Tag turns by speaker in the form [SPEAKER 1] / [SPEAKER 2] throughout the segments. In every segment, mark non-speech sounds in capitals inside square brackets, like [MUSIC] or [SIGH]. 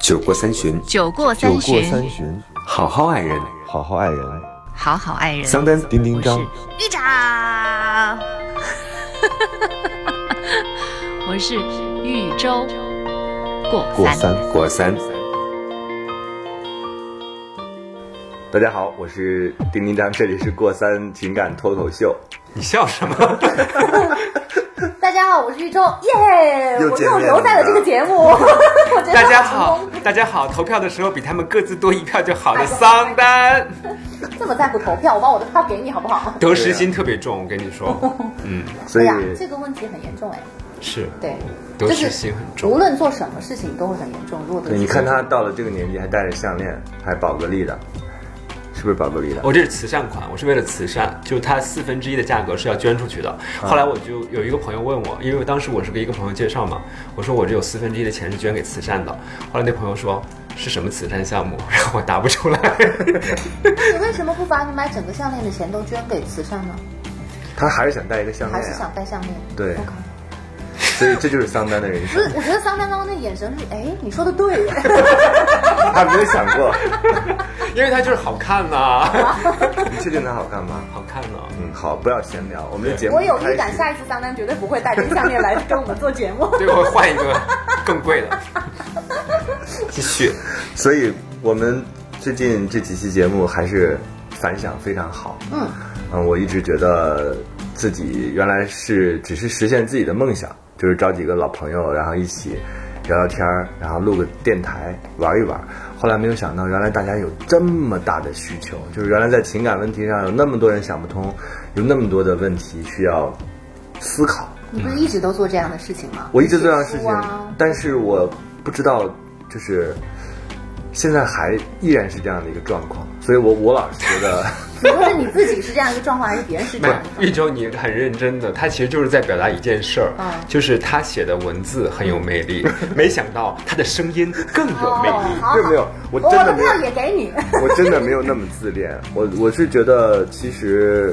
[SPEAKER 1] 酒过三巡，
[SPEAKER 2] 酒过
[SPEAKER 3] 酒
[SPEAKER 2] 三
[SPEAKER 3] 过
[SPEAKER 2] 巡，
[SPEAKER 3] 三巡，
[SPEAKER 1] 好好爱人。
[SPEAKER 3] 好好爱人。
[SPEAKER 2] 好好爱人。
[SPEAKER 1] 桑丹，
[SPEAKER 3] 丁丁张，
[SPEAKER 2] 玉长， [LAUGHS] 我是豫州过
[SPEAKER 3] 过
[SPEAKER 2] 三。
[SPEAKER 3] 三，
[SPEAKER 1] 过三。大家好，我是丁丁张，这里是过三情感脱口秀。
[SPEAKER 4] 你笑什么？
[SPEAKER 5] 大家好，我是一周，耶！
[SPEAKER 1] 又
[SPEAKER 5] 哎我
[SPEAKER 1] 见面
[SPEAKER 5] 又留在了这个
[SPEAKER 1] [LAUGHS]
[SPEAKER 5] 节目，我觉得
[SPEAKER 4] 大家
[SPEAKER 5] 好
[SPEAKER 4] 好
[SPEAKER 5] 成功，
[SPEAKER 4] 大家好，投票的时候比他们各自多一票就好
[SPEAKER 5] [LAUGHS]
[SPEAKER 4] 的桑丹，
[SPEAKER 5] 这么在乎投票，我把我的票给你好不好？
[SPEAKER 4] 得失心特别重，我跟你说，嗯，
[SPEAKER 1] [LAUGHS] 所以
[SPEAKER 5] 哎呀，这个问题很严重哎，
[SPEAKER 4] 是
[SPEAKER 5] 对，
[SPEAKER 4] 得
[SPEAKER 5] 就
[SPEAKER 4] 失
[SPEAKER 5] 是
[SPEAKER 4] 心很重。
[SPEAKER 5] 无论做什么事情都会很严重。如果得
[SPEAKER 1] 对你
[SPEAKER 5] 失
[SPEAKER 1] 看
[SPEAKER 5] 心
[SPEAKER 1] 他到了这个年纪还戴着项链，还宝格丽的，是不是宝格丽的？
[SPEAKER 4] 我这是慈善款，我是为了慈善，就是它四分之一的价格是要捐出去的。后来我就有一个朋友问我，因为当时我是给一个朋友介绍嘛，我说我这有四分之一的钱是捐给慈善的。后来那朋友说是什么慈善项目， [LAUGHS] 然后我答不出来。
[SPEAKER 5] 你为什么不把你买整个项链的钱都捐给慈善呢？
[SPEAKER 1] 他还是想戴一个项
[SPEAKER 5] 还
[SPEAKER 1] 链
[SPEAKER 5] 是想
[SPEAKER 1] 啊，
[SPEAKER 5] 戴项链？
[SPEAKER 1] 对
[SPEAKER 5] OK
[SPEAKER 1] 所以这就是桑丹的人
[SPEAKER 5] 不
[SPEAKER 1] 生。
[SPEAKER 5] 是，我觉得桑丹刚刚那眼神是，哎，你说的对，
[SPEAKER 1] [LAUGHS] 他没有想过，
[SPEAKER 4] 因为它就是好看呐、
[SPEAKER 5] [LAUGHS]
[SPEAKER 1] 你确定他好看吗？
[SPEAKER 4] 好看呢、
[SPEAKER 1] 嗯，好，不要闲聊，我们的节目
[SPEAKER 5] [LAUGHS] 我有预
[SPEAKER 1] 开
[SPEAKER 5] 感，
[SPEAKER 1] 始
[SPEAKER 5] 下一次桑丹绝对不会带着项链来跟我们做节
[SPEAKER 1] [LAUGHS]
[SPEAKER 5] 目。
[SPEAKER 4] 对，我换一个更贵的。继续，
[SPEAKER 1] 所以我们最近这几期节目还是反响非常好。
[SPEAKER 5] 嗯，
[SPEAKER 1] 嗯，我一直觉得自己原来是只是实现自己的梦想，就是找几个老朋友，然后一起聊聊天儿，然后录个电台玩一玩。后来没有想到，原来大家有这么大的需求，就是原来在情感问题上有那么多人想不通，有那么多的问题需要思考。
[SPEAKER 5] 你不是一直都做这样的事情吗？
[SPEAKER 1] 我一直做这样的事
[SPEAKER 5] 写
[SPEAKER 1] 情，
[SPEAKER 5] 书啊
[SPEAKER 1] 但是我不知道，就是现在还依然是这样的一个状况，所以我我老是觉
[SPEAKER 5] [LAUGHS]
[SPEAKER 1] 得，
[SPEAKER 5] 只不过是你自己是这样一个状况，还是别人是这
[SPEAKER 4] 没
[SPEAKER 5] 样
[SPEAKER 4] 有
[SPEAKER 5] 一个状况？
[SPEAKER 4] 玉州，你很认真的，他其实就是在表达一件事儿，
[SPEAKER 5] 嗯
[SPEAKER 4] 就是他写的文字很有魅
[SPEAKER 5] [LAUGHS]
[SPEAKER 4] 力，没想到他的声音更有魅
[SPEAKER 5] 哦
[SPEAKER 4] 力。
[SPEAKER 5] 好好
[SPEAKER 1] [LAUGHS] 没有没有，我
[SPEAKER 5] 我
[SPEAKER 1] 真的
[SPEAKER 5] 的
[SPEAKER 1] 没有
[SPEAKER 5] 票，也给你。
[SPEAKER 1] 我真的没有那么自恋，我我是觉得其实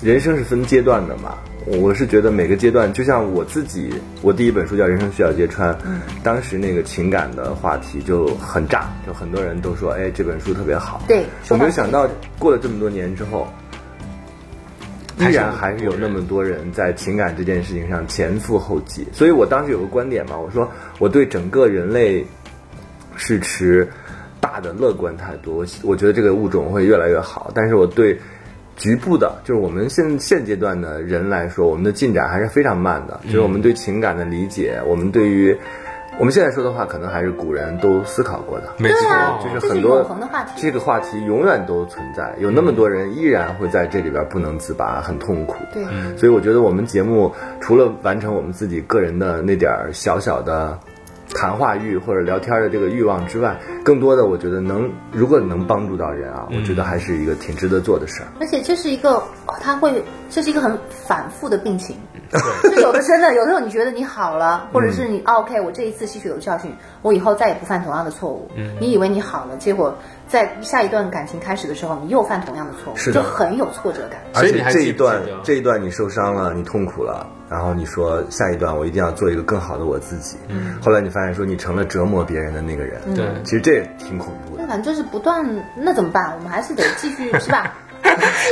[SPEAKER 1] 人生是分阶段的嘛。我是觉得每个阶段，就像我自己，我第一本书叫《人生需要揭穿》，
[SPEAKER 5] 嗯
[SPEAKER 1] 当时那个情感的话题就很炸，就很多人都说，哎，这本书特别好。
[SPEAKER 5] 对
[SPEAKER 1] 我
[SPEAKER 5] 说
[SPEAKER 1] 没有
[SPEAKER 5] 到
[SPEAKER 1] 想
[SPEAKER 5] 这
[SPEAKER 1] 到，过了这么多年之后，依然还是有那么多人在情感这件事情上前赴后继。所以我当时有个观点嘛，我说我对整个人类是持大的乐观态度，我我觉得这个物种会越来越好。但是我对局部的，就是我们现现阶段的人来说，我们的进展还是非常慢的。就是我们对情感的理解，我们对于我们现在说的话，可能还是古人都思考过的。
[SPEAKER 4] 没
[SPEAKER 5] 对啊，
[SPEAKER 4] 错，
[SPEAKER 1] 就是
[SPEAKER 5] 这
[SPEAKER 1] 很
[SPEAKER 5] 是
[SPEAKER 1] 多
[SPEAKER 5] 永恒的话题。
[SPEAKER 1] 这个话题永远都存在，有那么多人依然会在这里边不能自拔，很痛苦。
[SPEAKER 5] 对，
[SPEAKER 1] 所以我觉得我们节目除了完成我们自己个人的那点儿小小的谈话欲或者聊天的这个欲望之外，更多的我觉得能如果能帮助到人啊，我
[SPEAKER 4] 嗯
[SPEAKER 1] 觉得还是一个挺值得做的事儿。
[SPEAKER 5] 而且这是一个，哦它会，这是一个很反复的病情。就有的真的，有的时候你觉得你好了，或者是你、啊 OK，我这一次吸取了教训，我以后再也不犯同样的错误。你以为你好了，结果在下一段感情开始的时候，你又犯同样的错误，
[SPEAKER 1] 是的
[SPEAKER 5] 就很有挫折感。
[SPEAKER 1] 而
[SPEAKER 4] 所以
[SPEAKER 1] 且
[SPEAKER 4] 你还
[SPEAKER 1] 这
[SPEAKER 4] 记
[SPEAKER 1] 一
[SPEAKER 4] 不记
[SPEAKER 1] 段
[SPEAKER 4] 得
[SPEAKER 1] 这一段你受伤了，你痛苦了，然后你说下一段我一定要做一个更好的我自己。嗯，后来你发现说你成了折磨别人的那个人，
[SPEAKER 5] 嗯
[SPEAKER 4] 对，
[SPEAKER 1] 其实这也挺恐怖的
[SPEAKER 5] 那。反正就是不断，那怎么办？我们还是得继续，是吧？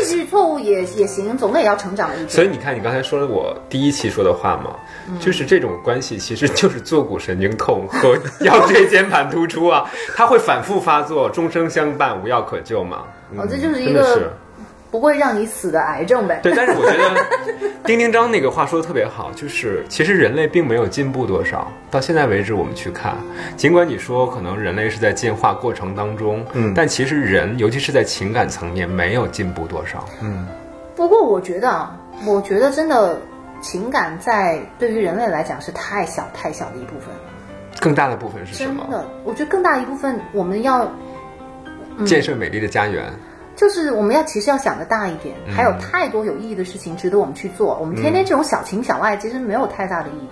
[SPEAKER 5] 继续错误也也行，总得也要成长的一
[SPEAKER 4] 所以
[SPEAKER 5] 天。
[SPEAKER 4] 你看，你刚才说了我第一期说的话嘛，
[SPEAKER 5] 嗯
[SPEAKER 4] 就是这种关系其实就是坐骨神经痛和腰椎间盘突出啊，它会反复发作，终生相伴，无药可救嘛。
[SPEAKER 5] 哦，这 [LAUGHS] 就是一
[SPEAKER 4] 真的是
[SPEAKER 5] 个不会让你死的癌症呗。
[SPEAKER 4] [LAUGHS] 对，但是我觉得丁丁张那个话说的特别好，就是其实人类并没有进步多少，到现在为止我们去看，尽管你说可能人类是在进化过程当中，
[SPEAKER 1] 嗯
[SPEAKER 4] 但其实人尤其是在情感层面没有进步多少，
[SPEAKER 1] 嗯
[SPEAKER 5] 不过我觉得，啊，我觉得真的情感在对于人类来讲是太小太小的一部分，
[SPEAKER 4] 更大的部分是什
[SPEAKER 5] 真
[SPEAKER 4] 么？
[SPEAKER 5] 的，我觉得更大一部分我们要
[SPEAKER 4] 建设美丽的家园，
[SPEAKER 5] 嗯就是我们要其实要想的大一点，还有太多有意义的事情值得我们去做，我们天天这种小情小爱其实没有太大的意义。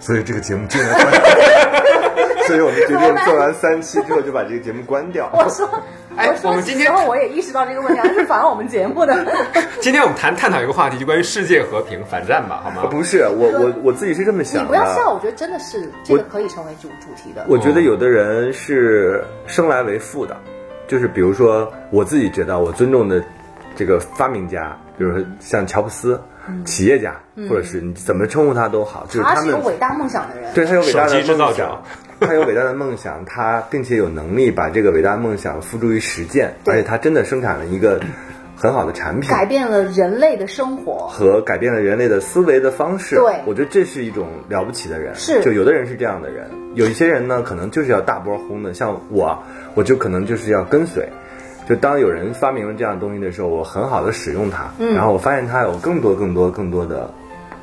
[SPEAKER 1] 所以这个节目竟然，
[SPEAKER 5] [LAUGHS]
[SPEAKER 1] 所以我们决定做完三期之后就把这个节目关掉。
[SPEAKER 5] 我说，
[SPEAKER 4] 哎
[SPEAKER 5] 我说
[SPEAKER 4] 我们今天
[SPEAKER 5] 然后我也意识到这个问题，还是反我们节目的。
[SPEAKER 4] [LAUGHS] 今天我们谈探讨一个话题，就关于世界和平反战吧，好吗？
[SPEAKER 1] 不是我我我自己是这么
[SPEAKER 5] 你
[SPEAKER 1] 想的。
[SPEAKER 5] 不要笑，我觉得真的是这个可以成为主主题的。
[SPEAKER 1] 我觉得有的人是生来为富的，就是比如说我自己觉得我尊重的这个发明家，比如说像乔布斯，企业家，或者是你怎么称呼他都好，就是
[SPEAKER 5] 嗯他
[SPEAKER 1] 他
[SPEAKER 5] 是一
[SPEAKER 1] 们
[SPEAKER 5] 个伟大梦想的人。
[SPEAKER 1] 对他有伟大的
[SPEAKER 4] 手机制造
[SPEAKER 1] 梦
[SPEAKER 4] 者
[SPEAKER 1] 想，他有伟大的梦想，他并且有能力把这个伟大梦想付诸于实践，而且他真的生产了一个很好的产品，
[SPEAKER 5] 改变了人类的生活。
[SPEAKER 1] 和改变了人类的思维的方式。
[SPEAKER 5] 对
[SPEAKER 1] 我觉得这是一种了不起的人。
[SPEAKER 5] 是
[SPEAKER 1] 就有的人是这样的人，有一些人呢，可能就是要大波轰的，像我，我就可能就是要跟随。就当有人发明了这样的东西的时候，我很好的使用它，
[SPEAKER 5] 嗯
[SPEAKER 1] 然后我发现它有更多、更多、更多的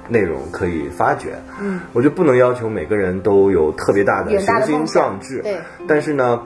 [SPEAKER 1] 内容可以发掘。嗯，我就不能要求每个人都有特别大的
[SPEAKER 5] 远大
[SPEAKER 1] 雄
[SPEAKER 5] 的
[SPEAKER 1] 心
[SPEAKER 5] 梦想
[SPEAKER 1] 壮志。
[SPEAKER 5] 对，
[SPEAKER 1] 但是呢，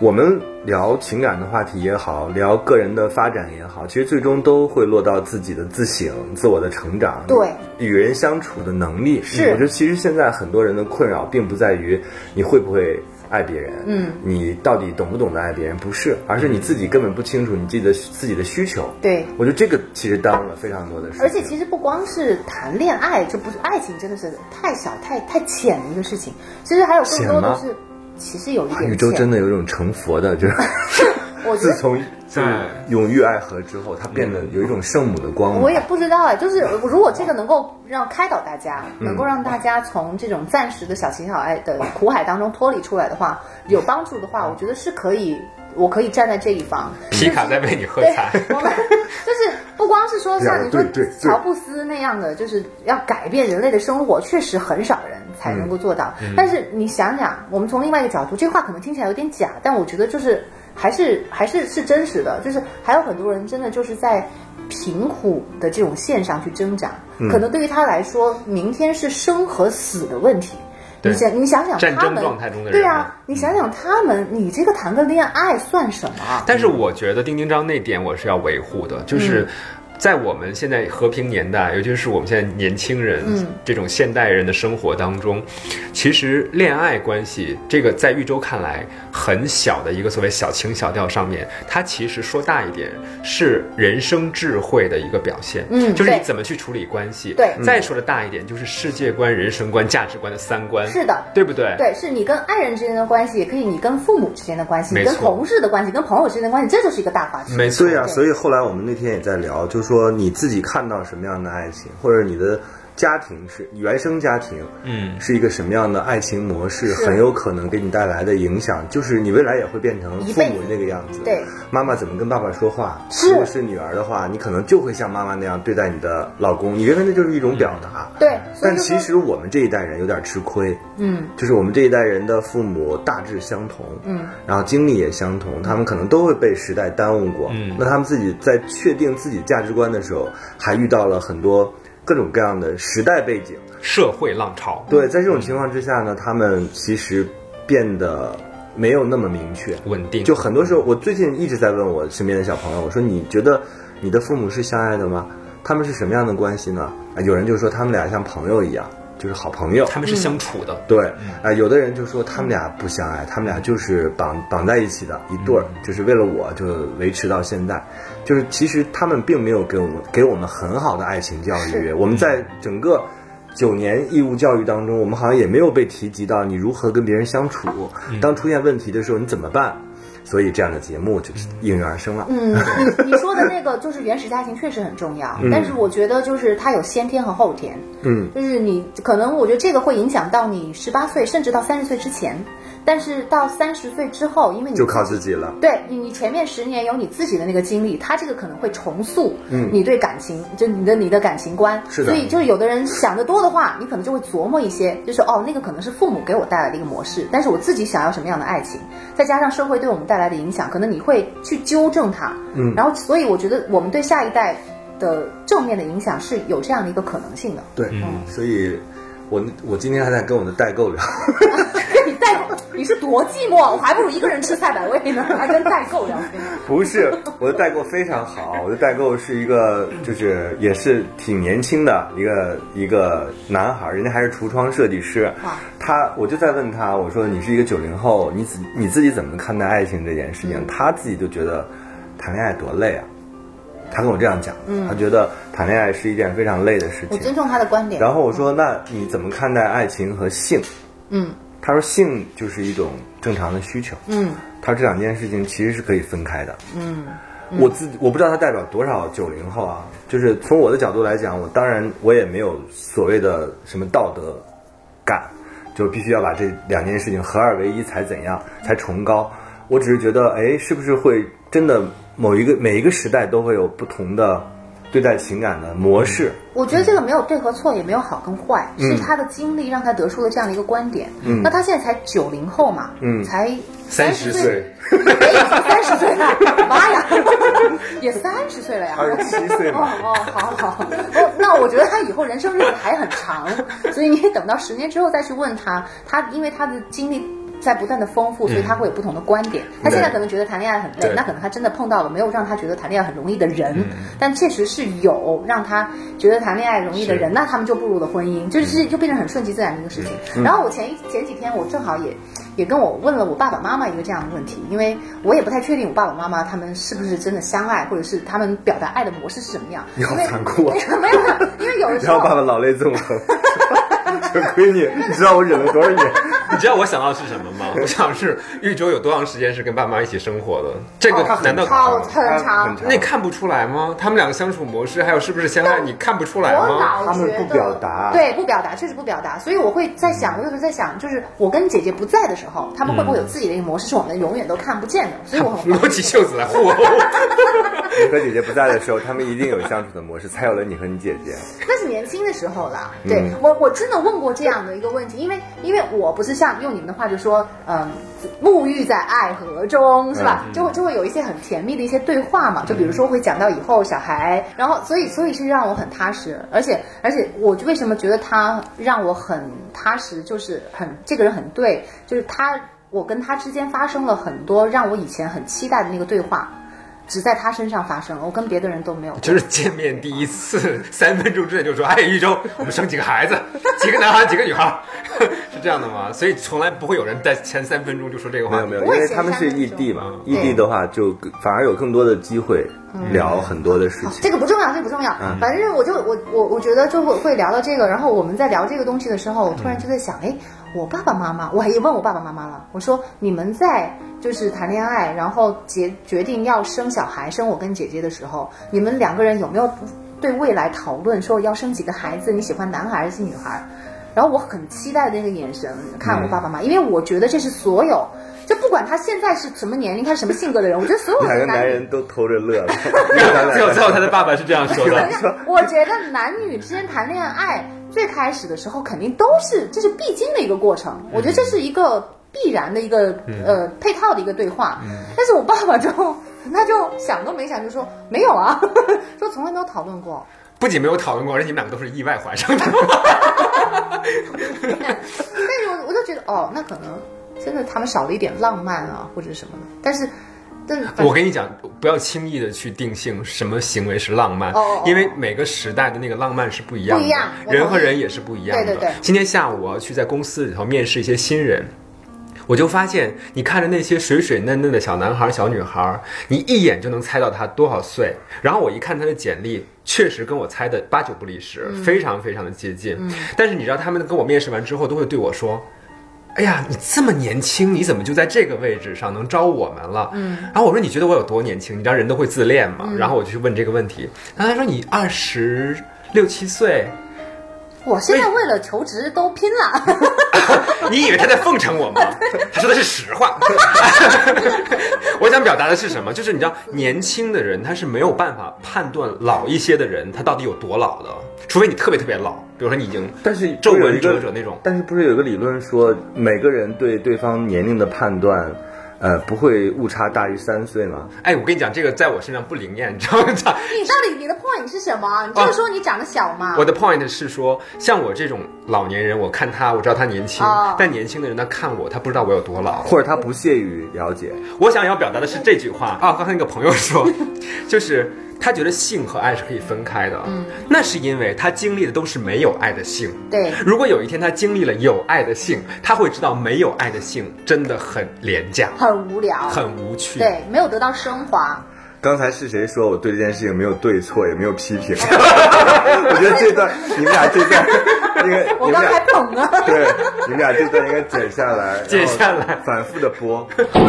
[SPEAKER 1] 我们聊情感的话题也好，聊个人的发展也好，其实最终都会落到自己的自省、自我的成长，
[SPEAKER 5] 对
[SPEAKER 1] 与人相处的能力。
[SPEAKER 5] 是
[SPEAKER 1] 我觉得其实现在很多人的困扰，并不在于你会不会。爱别人，
[SPEAKER 5] 嗯，
[SPEAKER 1] 你到底懂不懂得爱别人？不是，而是你自己根本不清楚你自己的自己的需求。
[SPEAKER 5] 对
[SPEAKER 1] 我觉得这个其实耽误了非常多的事情。
[SPEAKER 5] 而且其实不光是谈恋爱，这不是爱情，真的是太小、太太浅的一个事情。其实还有更多的
[SPEAKER 1] 浅
[SPEAKER 5] 是，其实有一
[SPEAKER 1] 啊
[SPEAKER 5] 点
[SPEAKER 1] 宇宙
[SPEAKER 5] 浅
[SPEAKER 1] 真的有一种成佛的，就是
[SPEAKER 5] 我觉
[SPEAKER 1] [LAUGHS] 自
[SPEAKER 5] 得。
[SPEAKER 1] 从就是永浴爱河之后，他变得有一种圣母的光芒。
[SPEAKER 5] 我也不知道哎，就是如果这个能够让开导大家，能够让大家从这种暂时的小情小爱的苦海当中脱离出来的话，有帮助的话，我觉得是可以，我可以站在这一方。
[SPEAKER 4] 皮卡在为你喝
[SPEAKER 5] 对 [LAUGHS]
[SPEAKER 4] 彩。，
[SPEAKER 5] 我们就是不光是说像你说
[SPEAKER 1] 对对对
[SPEAKER 5] 乔布斯那样的，就是要改变人类的生活，确实很少人才能够
[SPEAKER 1] 嗯
[SPEAKER 5] 做到。但是你想想，我们从另外一个角度，这话可能听起来有点假，但我觉得就是还是还是是真实的，就是还有很多人真的就是在。贫苦的这种线上去挣扎，
[SPEAKER 1] 嗯
[SPEAKER 5] 可能对于他来说，明天是生和死的问题。
[SPEAKER 4] 对
[SPEAKER 5] 你想，你想想他
[SPEAKER 4] 战
[SPEAKER 5] 们，
[SPEAKER 4] 争状态中的人嗯
[SPEAKER 5] 对
[SPEAKER 4] 嘛
[SPEAKER 5] 啊，你想想他们，你这个谈个恋爱算什么啊？
[SPEAKER 4] 但是我觉得丁丁章那点我是要维护的，就是。
[SPEAKER 5] 嗯
[SPEAKER 4] 在我们现在和平年代，尤其是我们现在年轻人、
[SPEAKER 5] 嗯
[SPEAKER 4] 这种现代人的生活当中，其实恋爱关系这个在豫州看来很小的一个所谓小情小调上面，它其实说大一点是人生智慧的一个表现。
[SPEAKER 5] 嗯
[SPEAKER 4] 就是你
[SPEAKER 5] 对
[SPEAKER 4] 怎么去处理关系。
[SPEAKER 5] 对
[SPEAKER 1] 嗯
[SPEAKER 4] 再说的大一点就是世界观、人生观、价值观的三观，
[SPEAKER 5] 是的，
[SPEAKER 4] 对不对？
[SPEAKER 5] 对，是你跟爱人之间的关系，也可以你跟父母之间的关系，
[SPEAKER 4] 没
[SPEAKER 5] 你跟
[SPEAKER 4] 错
[SPEAKER 5] 同事的关系，跟朋友之间的关系，这就是一个大话题。
[SPEAKER 4] 没错。
[SPEAKER 1] 对呀、
[SPEAKER 5] 对
[SPEAKER 1] 所以后来我们那天也在聊，就说你自己看到什么样的爱情，或者你的家庭是原生家庭，
[SPEAKER 4] 嗯
[SPEAKER 1] 是一个什么样的爱情模式，
[SPEAKER 5] 是
[SPEAKER 1] 很有可能给你带来的影响，就是你未来也会变成
[SPEAKER 5] 一
[SPEAKER 1] 父
[SPEAKER 5] 辈子
[SPEAKER 1] 母那个样子。
[SPEAKER 5] 对，
[SPEAKER 1] 妈妈怎么跟爸爸说话？
[SPEAKER 5] 是
[SPEAKER 1] 如果是女儿的话，你可能就会像妈妈那样对待你的老公，你认为那就是一种表达。
[SPEAKER 5] 对，嗯所以
[SPEAKER 1] 但
[SPEAKER 5] 就
[SPEAKER 1] 其
[SPEAKER 5] 说，
[SPEAKER 1] 实我们这一代人有点吃亏，
[SPEAKER 5] 嗯
[SPEAKER 1] 就是我们这一代人的父母大致相同，
[SPEAKER 5] 嗯，
[SPEAKER 1] 然后经历也相同，他们可能都会被时代耽误过，
[SPEAKER 4] 嗯
[SPEAKER 1] 那他们自己在确定自己价值观的时候，还遇到了很多各种各样的时代背景，
[SPEAKER 4] 社会浪潮。
[SPEAKER 1] 对，在这种情况之下呢，他们其实变得没有那么明确，
[SPEAKER 4] 稳定
[SPEAKER 1] 就很多时候，我最近一直在问我身边的小朋友，我说你觉得你的父母是相爱的吗？他们是什么样的关系呢？啊，有人就说他们俩像朋友一样，就是好朋友，
[SPEAKER 4] 他们是相处的，
[SPEAKER 1] 对，啊、有的人就说他们俩不相爱，他们俩就是绑绑在一起的一对儿，就是为了我就维持到现在。就是其实他们并没有给我们给我们很好的爱情教育，
[SPEAKER 5] 是
[SPEAKER 1] 我们在整个。九年义务教育当中，我们好像也没有被提及到你如何跟别人相处，当出现问题的时候你怎么办？所以这样的节目就应运而生了。
[SPEAKER 5] 嗯，你你说的那个就是原始家庭确实很重要，但是我觉得就是它有先天和后天，
[SPEAKER 1] 嗯，
[SPEAKER 5] 就是你可能我觉得这个会影响到你十八岁甚至到三十岁之前，但是到三十岁之后，因为你
[SPEAKER 1] 就靠自己了。
[SPEAKER 5] 对你，你前面十年有你自己的那个经历，他这个可能会重塑
[SPEAKER 1] 嗯
[SPEAKER 5] 你对感情，就你的你的感情观。
[SPEAKER 1] 是的
[SPEAKER 5] 所以就是有的人想的多的话，你可能就会琢磨一些，就是哦，那个可能是父母给我带来的一个模式，但是我自己想要什么样的爱情，再加上社会对我们带来的影响，可能你会去纠正它。
[SPEAKER 1] 嗯
[SPEAKER 5] 然后所以我觉得我们对下一代的正面的影响是有这样的一个可能性的。 [LAUGHS]
[SPEAKER 4] 嗯
[SPEAKER 1] 嗯哦对，所以我我今天还在跟我的代购聊，
[SPEAKER 5] 你带你是多寂寞，我还不如一个人吃赛百味呢，还跟代购聊
[SPEAKER 1] [LAUGHS]
[SPEAKER 5] 天。
[SPEAKER 1] 不是，我的代购非常好，我的代购是一个就是也是挺年轻的一个一个男孩，人家还是橱窗设计师
[SPEAKER 5] 哇。
[SPEAKER 1] 他我就在问他，我说你是一个九零后，你自你自己怎么看待爱情这件事情？
[SPEAKER 5] 嗯
[SPEAKER 1] 他自己就觉得谈恋爱多累啊，他跟我这样讲，他觉得谈恋爱是一件非常累的事
[SPEAKER 5] 嗯我
[SPEAKER 1] 情。
[SPEAKER 5] 尊重他的观点。
[SPEAKER 1] 然后我说：“那你怎么看待爱情和性
[SPEAKER 5] 嗯？”
[SPEAKER 1] 他说：“性就是一种正常的需求。”
[SPEAKER 5] 嗯，
[SPEAKER 1] 他说这两件事情其实是可以分开的。嗯，我自我不知道他代表多少九零后啊，就是从我的角度来讲，我当然我也没有所谓的什么道德感，就必须要把这两件事情合二为一才怎样才崇高。我只是觉得，哎，是不是会真的某一个每一个时代都会有不同的对待情感的模式？
[SPEAKER 5] 我觉得这个没有对和错，也没有好跟坏，
[SPEAKER 1] 嗯
[SPEAKER 5] 是他的经历让他得出了这样的一个观点。那他现在才九零后嘛，
[SPEAKER 1] 嗯
[SPEAKER 5] 才
[SPEAKER 4] 嗯三
[SPEAKER 5] 十哎
[SPEAKER 4] 十，岁，
[SPEAKER 5] 三十岁了，妈呀，也三十岁了呀，
[SPEAKER 1] 十七岁
[SPEAKER 5] 哦哦，好好好，哦，那我觉得他以后人生日子还很长，所以你得等到十年之后再去问他，他因为他的经历。在不断的丰富，所
[SPEAKER 1] 嗯
[SPEAKER 5] 以他会有不同的观点。他现在可能觉得谈恋爱很累
[SPEAKER 4] 对，
[SPEAKER 5] 那可能他真的碰到了没有让他觉得谈恋爱很容易的人，
[SPEAKER 1] 嗯
[SPEAKER 5] 但确实是有让他觉得谈恋爱容易的人，那他们就步入了婚姻，就是
[SPEAKER 1] 嗯
[SPEAKER 5] 就变成很顺其自然的一个事情。然后我前一前几天我正好也也跟我问了我爸爸妈妈一个这样的问题，因为我也不太确定我爸爸妈妈他们是不是真的相爱，或者是他们表达爱的模式是什么样。
[SPEAKER 1] 你好
[SPEAKER 5] 因为
[SPEAKER 1] 残酷啊
[SPEAKER 5] [LAUGHS] 没有，因为有的时
[SPEAKER 1] 然后爸
[SPEAKER 5] 候哦
[SPEAKER 1] 爸老泪纵横， [LAUGHS] 说闺女，你知道我忍了多少年？
[SPEAKER 4] 你知道我想到的是什么吗？我想是玉州有多长时间是跟爸妈一起生活的？这
[SPEAKER 5] 哦
[SPEAKER 4] 个难道
[SPEAKER 5] 好
[SPEAKER 1] 他
[SPEAKER 5] 很长
[SPEAKER 1] 很。长
[SPEAKER 4] 那你看不出来吗？他们两个相处模式还有是不是相爱，你看不出来
[SPEAKER 5] 我
[SPEAKER 4] 吗？
[SPEAKER 5] 老
[SPEAKER 1] 他们
[SPEAKER 5] 觉
[SPEAKER 1] 不
[SPEAKER 5] 得
[SPEAKER 1] 表达
[SPEAKER 5] 对，不表达，确实不表达。所以我会在
[SPEAKER 1] 嗯
[SPEAKER 5] 想，我有时候在想，就是我跟姐姐不在的时候，他们会不会
[SPEAKER 1] 嗯
[SPEAKER 5] 有自己的一个模式，是我们永远都看不见的？所以我
[SPEAKER 1] [LAUGHS]
[SPEAKER 4] [LAUGHS]
[SPEAKER 5] 很
[SPEAKER 4] 撸起袖子来互殴，
[SPEAKER 1] 你和姐姐不在的时候，他们一定有相处的模式，才有了你和你姐姐。
[SPEAKER 5] 那是年轻的时候啦。对、我，我真的问过这样的一个问题，因为因为我不是像用你们的话就说，嗯，沐浴在爱河中，是吧？就会就会有一些很甜蜜的一些对话嘛，就比如说会讲到以后小孩，然后所以所以是让我很踏实，而且而且我就为什么觉得他让我很踏实，就是很这个人很对，就是他我跟他之间发生了很多让我以前很期待的那个对话。只在他身上发生了，我跟别的人都没有。
[SPEAKER 4] 就是见面第一次三分钟之内就说，哎，玉州，我们生几个孩子，几个男孩，几个女孩， [LAUGHS] 是这样的吗？所以从来不会有人在前三分钟就说这个
[SPEAKER 1] 没
[SPEAKER 4] 话
[SPEAKER 1] 有没有，因
[SPEAKER 5] 我也
[SPEAKER 1] 为
[SPEAKER 5] 喜
[SPEAKER 1] 他
[SPEAKER 5] 欢
[SPEAKER 1] 们是
[SPEAKER 5] 那种
[SPEAKER 1] 异地嘛，
[SPEAKER 4] 嗯
[SPEAKER 1] 异地的话就反而有更多的机会
[SPEAKER 5] 嗯
[SPEAKER 1] 聊很多的事
[SPEAKER 5] 好，
[SPEAKER 1] 情。
[SPEAKER 5] 啊这个不重要，这个不重要。反正我就我我我觉得就会会聊到这个，然后我们在聊这个东西的时候，我突然就在想，哎、我爸爸妈妈，我还也问我爸爸妈妈了，我说你们在就是谈恋爱，然后决决定要生小孩，生我跟姐姐的时候，你们两个人有没有对未来讨论说要生几个孩子？你喜欢男孩还是女孩？然后我很期待的那个眼神看我爸爸妈妈，因为我觉得这是所有，就不管他现在是什么年龄，他是什么性格的人，我觉得所有
[SPEAKER 1] 两
[SPEAKER 5] 的
[SPEAKER 1] 个
[SPEAKER 5] 男
[SPEAKER 1] 男
[SPEAKER 5] 人
[SPEAKER 1] 人都偷着乐了，
[SPEAKER 5] [LAUGHS]
[SPEAKER 4] [LAUGHS] 最后最后他的爸爸是这样说的，
[SPEAKER 5] 我觉得男女之间谈恋爱，最开始的时候肯定都是这是必经的一个过程，
[SPEAKER 4] 嗯
[SPEAKER 5] 我觉得这是一个必然的一个、呃配套的一个对话。
[SPEAKER 4] 嗯
[SPEAKER 5] 但是我爸爸就他就想都没想就说没有啊， [LAUGHS] 说从来没有讨论过。
[SPEAKER 4] 不仅没有讨论过，而且你们两个都是意外怀上的。
[SPEAKER 5] 但是我我就觉得哦，那可能真的他们少了一点浪漫啊，或者什么的。但是，但是
[SPEAKER 4] [LAUGHS] 我跟你讲，不要轻易的去定性什么行为是浪漫，
[SPEAKER 5] 哦哦哦
[SPEAKER 4] 因为每个时代的那个浪漫是不一样的，
[SPEAKER 5] 不一样我同意
[SPEAKER 4] 人和人也是不一样的。
[SPEAKER 5] 对对对
[SPEAKER 4] 今天下午我要去在公司里头面试一些新人。我就发现，你看着那些水水嫩嫩的小男孩、小女孩，你一眼就能猜到他多少岁。然后我一看他的简历，确实跟我猜的八九不离十，
[SPEAKER 5] 嗯
[SPEAKER 4] 非常非常的接近。但是你知道，他们跟我面试完之后，都会对我说：“哎呀，你这么年轻，你怎么就在这个位置上能招我们了？嗯，然后我说你觉得我有多年轻？你知道人都会自恋嘛？
[SPEAKER 5] 嗯
[SPEAKER 4] 然后我就去问这个问题，然后他说你二十六七岁，
[SPEAKER 5] 我现在为了求职都拼了，
[SPEAKER 4] [LAUGHS] 你以为他在奉承我吗？他说的是实话。 [LAUGHS] 我想表达的是什么？就是你知道，年轻的人他是没有办法判断老一些的人他到底有多老的，除非你特别特别老，比如说你已经
[SPEAKER 1] 但是
[SPEAKER 4] 皱
[SPEAKER 1] 不是有一
[SPEAKER 4] 纹
[SPEAKER 1] 个
[SPEAKER 4] 褶褶那种。
[SPEAKER 1] 但是不是有一个理论说，每个人对对方年龄的判断呃，不会误差大于三岁吗？
[SPEAKER 4] 哎，我跟你讲，这个在我身上不灵验，你知道吗？ [LAUGHS]
[SPEAKER 5] 你到 [LAUGHS] 底你的 point 是什么？你就是说你长得小吗？
[SPEAKER 4] 我的 point 是说，像我这种老年人，我看他，我知道他年轻，
[SPEAKER 5] 哦
[SPEAKER 4] 但年轻的人他看我，他不知道我有多老。
[SPEAKER 1] 或者他不屑于了解？
[SPEAKER 4] 我想要表达的是这句话啊，刚才那个朋友说， [LAUGHS] 就是他觉得性和爱是可以分开的，嗯，那是因为他经历的都是没有爱的性。
[SPEAKER 5] 对，
[SPEAKER 4] 如果有一天他经历了有爱的性，他会知道没有爱的性真的很廉价，
[SPEAKER 5] 很无聊，
[SPEAKER 4] 很无趣。
[SPEAKER 5] 对，没有得到升华。
[SPEAKER 1] 刚才是谁说我对这件事情没有对错，也没有批评？ [LAUGHS] 我觉得这段你们俩这段应该，
[SPEAKER 5] [LAUGHS] 我
[SPEAKER 1] 你们
[SPEAKER 5] 刚才
[SPEAKER 1] 俩
[SPEAKER 5] 捧啊，
[SPEAKER 1] 对你们俩这段应该剪下来，
[SPEAKER 4] [LAUGHS] 剪下来
[SPEAKER 1] 然后反复的
[SPEAKER 4] [LAUGHS]
[SPEAKER 1] 播。
[SPEAKER 5] 我觉得这个没有对和错，也没有好跟坏。我觉得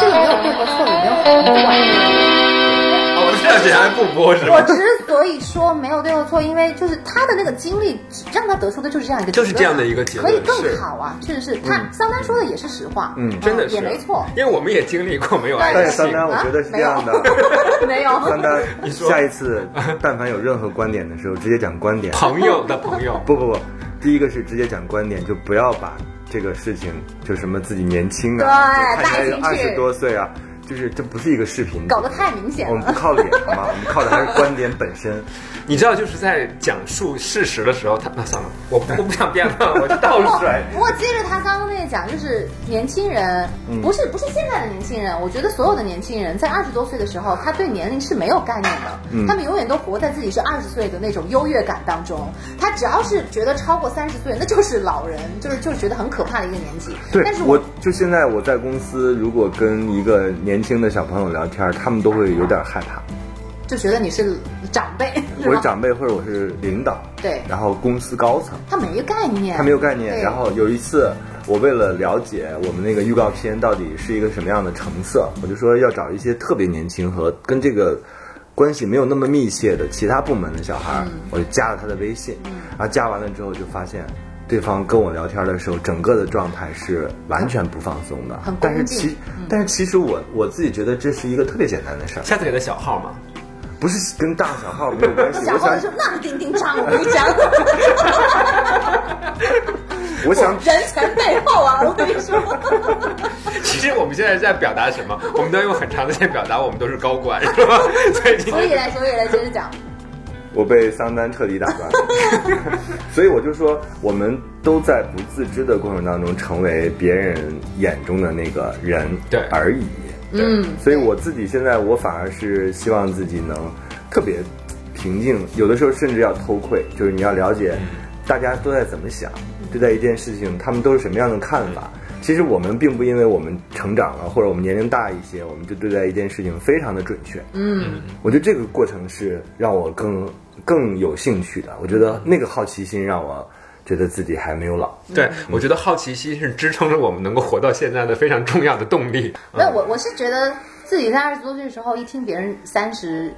[SPEAKER 5] 这个没有对和错，也没有好跟坏。
[SPEAKER 4] 哦，我这两天还不播是
[SPEAKER 5] 我
[SPEAKER 4] 吗？
[SPEAKER 5] 之所以说没有对或错，因为就是他的那个经历让他得出的就是这样一个结论啊，
[SPEAKER 4] 就是这样的一个结
[SPEAKER 5] 可
[SPEAKER 4] 论
[SPEAKER 5] 以更
[SPEAKER 4] 是
[SPEAKER 5] 好啊，确实是他桑丹说的也是实话，
[SPEAKER 1] 嗯
[SPEAKER 4] 真的是
[SPEAKER 5] 也没错，
[SPEAKER 4] 因为我们也经历过没有爱
[SPEAKER 1] 但
[SPEAKER 4] 的
[SPEAKER 1] 是桑。
[SPEAKER 4] 性
[SPEAKER 1] 丹，我觉得是这样的。
[SPEAKER 5] 没有，
[SPEAKER 1] [LAUGHS] 桑
[SPEAKER 4] [LAUGHS]
[SPEAKER 1] 丹，
[SPEAKER 4] 说
[SPEAKER 1] 下一次但凡有任何观点的时候，直接讲观点。
[SPEAKER 4] 朋友的朋友， [LAUGHS]
[SPEAKER 1] 不不不，第一个是直接讲观点，就不要把这个事情就什么自己年轻啊，就
[SPEAKER 5] 对
[SPEAKER 1] 看起来
[SPEAKER 5] 带
[SPEAKER 1] 二
[SPEAKER 5] 进去
[SPEAKER 1] 十多岁啊，就是这不是一个视频。
[SPEAKER 5] 搞得太明显
[SPEAKER 1] 我们
[SPEAKER 5] 了
[SPEAKER 1] 不。靠脸好吗？我们靠的还是观点本身。
[SPEAKER 4] 你知道就是在讲述事实的时候，他那算了，我不我不想变了，我就
[SPEAKER 1] [LAUGHS]
[SPEAKER 4] 倒
[SPEAKER 5] 不过
[SPEAKER 4] [LAUGHS] 水。
[SPEAKER 5] 不过接着他刚刚那个讲，就是年轻人，
[SPEAKER 1] 嗯
[SPEAKER 5] 不是不是现在的年轻人，我觉得所有的年轻人在二十多岁的时候，他对年龄是没有概念的，
[SPEAKER 1] 嗯
[SPEAKER 5] 他们永远都活在自己是二十岁的那种优越感当中。他只要是觉得超过三十岁，那就是老人，就是就是觉得很可怕的一个年纪。
[SPEAKER 1] 对
[SPEAKER 5] 但是，
[SPEAKER 1] 我就现在我在公司，如果跟一个年轻的小朋友聊天，他们都会有点害怕。
[SPEAKER 5] 就觉得你是长辈，是
[SPEAKER 1] 我是
[SPEAKER 5] 吧？
[SPEAKER 1] 长辈或者我是领导，
[SPEAKER 5] 对
[SPEAKER 1] 然后公司高层，
[SPEAKER 5] 他没概念，
[SPEAKER 1] 他没有概念。
[SPEAKER 5] 对
[SPEAKER 1] 然后有一次，我为了了解我们那个预告片到底是一个什么样的成色，我就说要找一些特别年轻和跟这个关系没有那么密切的其他部门的小孩
[SPEAKER 5] 嗯
[SPEAKER 1] 儿，我就加了他的微信。然后加完了之后，就发现对方跟我聊天的时候，整个的状态是完全不放松的
[SPEAKER 5] 很。
[SPEAKER 1] 但是
[SPEAKER 5] 恭敬嗯
[SPEAKER 1] 其但是其实我我自己觉得这是一个特别简单的事儿，
[SPEAKER 4] 下次给他小号嘛，
[SPEAKER 1] 不是跟大小号没有
[SPEAKER 5] [LAUGHS]
[SPEAKER 1] 关系。
[SPEAKER 5] 小
[SPEAKER 1] 我
[SPEAKER 5] 号
[SPEAKER 1] 想
[SPEAKER 5] 就浪叮叮当，我跟你讲，
[SPEAKER 1] 我想
[SPEAKER 5] [LAUGHS] 人前背后啊，我跟你说。
[SPEAKER 4] 其实我们现在在表达
[SPEAKER 5] [LAUGHS]
[SPEAKER 4] 什么？我们都要用很长的时间表达，我们都是高管，是吧？所以今
[SPEAKER 5] 所以
[SPEAKER 4] 天
[SPEAKER 5] 嘞，所以嘞，接着讲，
[SPEAKER 1] 我被桑丹彻底打断了，所以我就说，我们都在不自知的过程当中，成为别人眼中的那个人
[SPEAKER 4] 对
[SPEAKER 1] 而已。
[SPEAKER 5] 嗯，
[SPEAKER 1] 所以我自己现在，我反而是希望自己能特别平静，有的时候甚至要偷窥，就是你要了解
[SPEAKER 5] 嗯
[SPEAKER 1] 大家都在怎么想，对待一件事情，他们都是什么样的看法。其实我们并不因为我们成长了，或者我们年龄大一些，我们就对待一件事情非常的准确。
[SPEAKER 5] 嗯，
[SPEAKER 1] 我觉得这个过程是让我更更有兴趣的。我觉得那个好奇心让我觉得自己还没有老。
[SPEAKER 4] 对我觉得好奇心是支撑着我们能够活到现在的非常重要的动力。
[SPEAKER 1] 嗯
[SPEAKER 5] 没有我我是觉得自己在二十多岁的时候，一听别人三十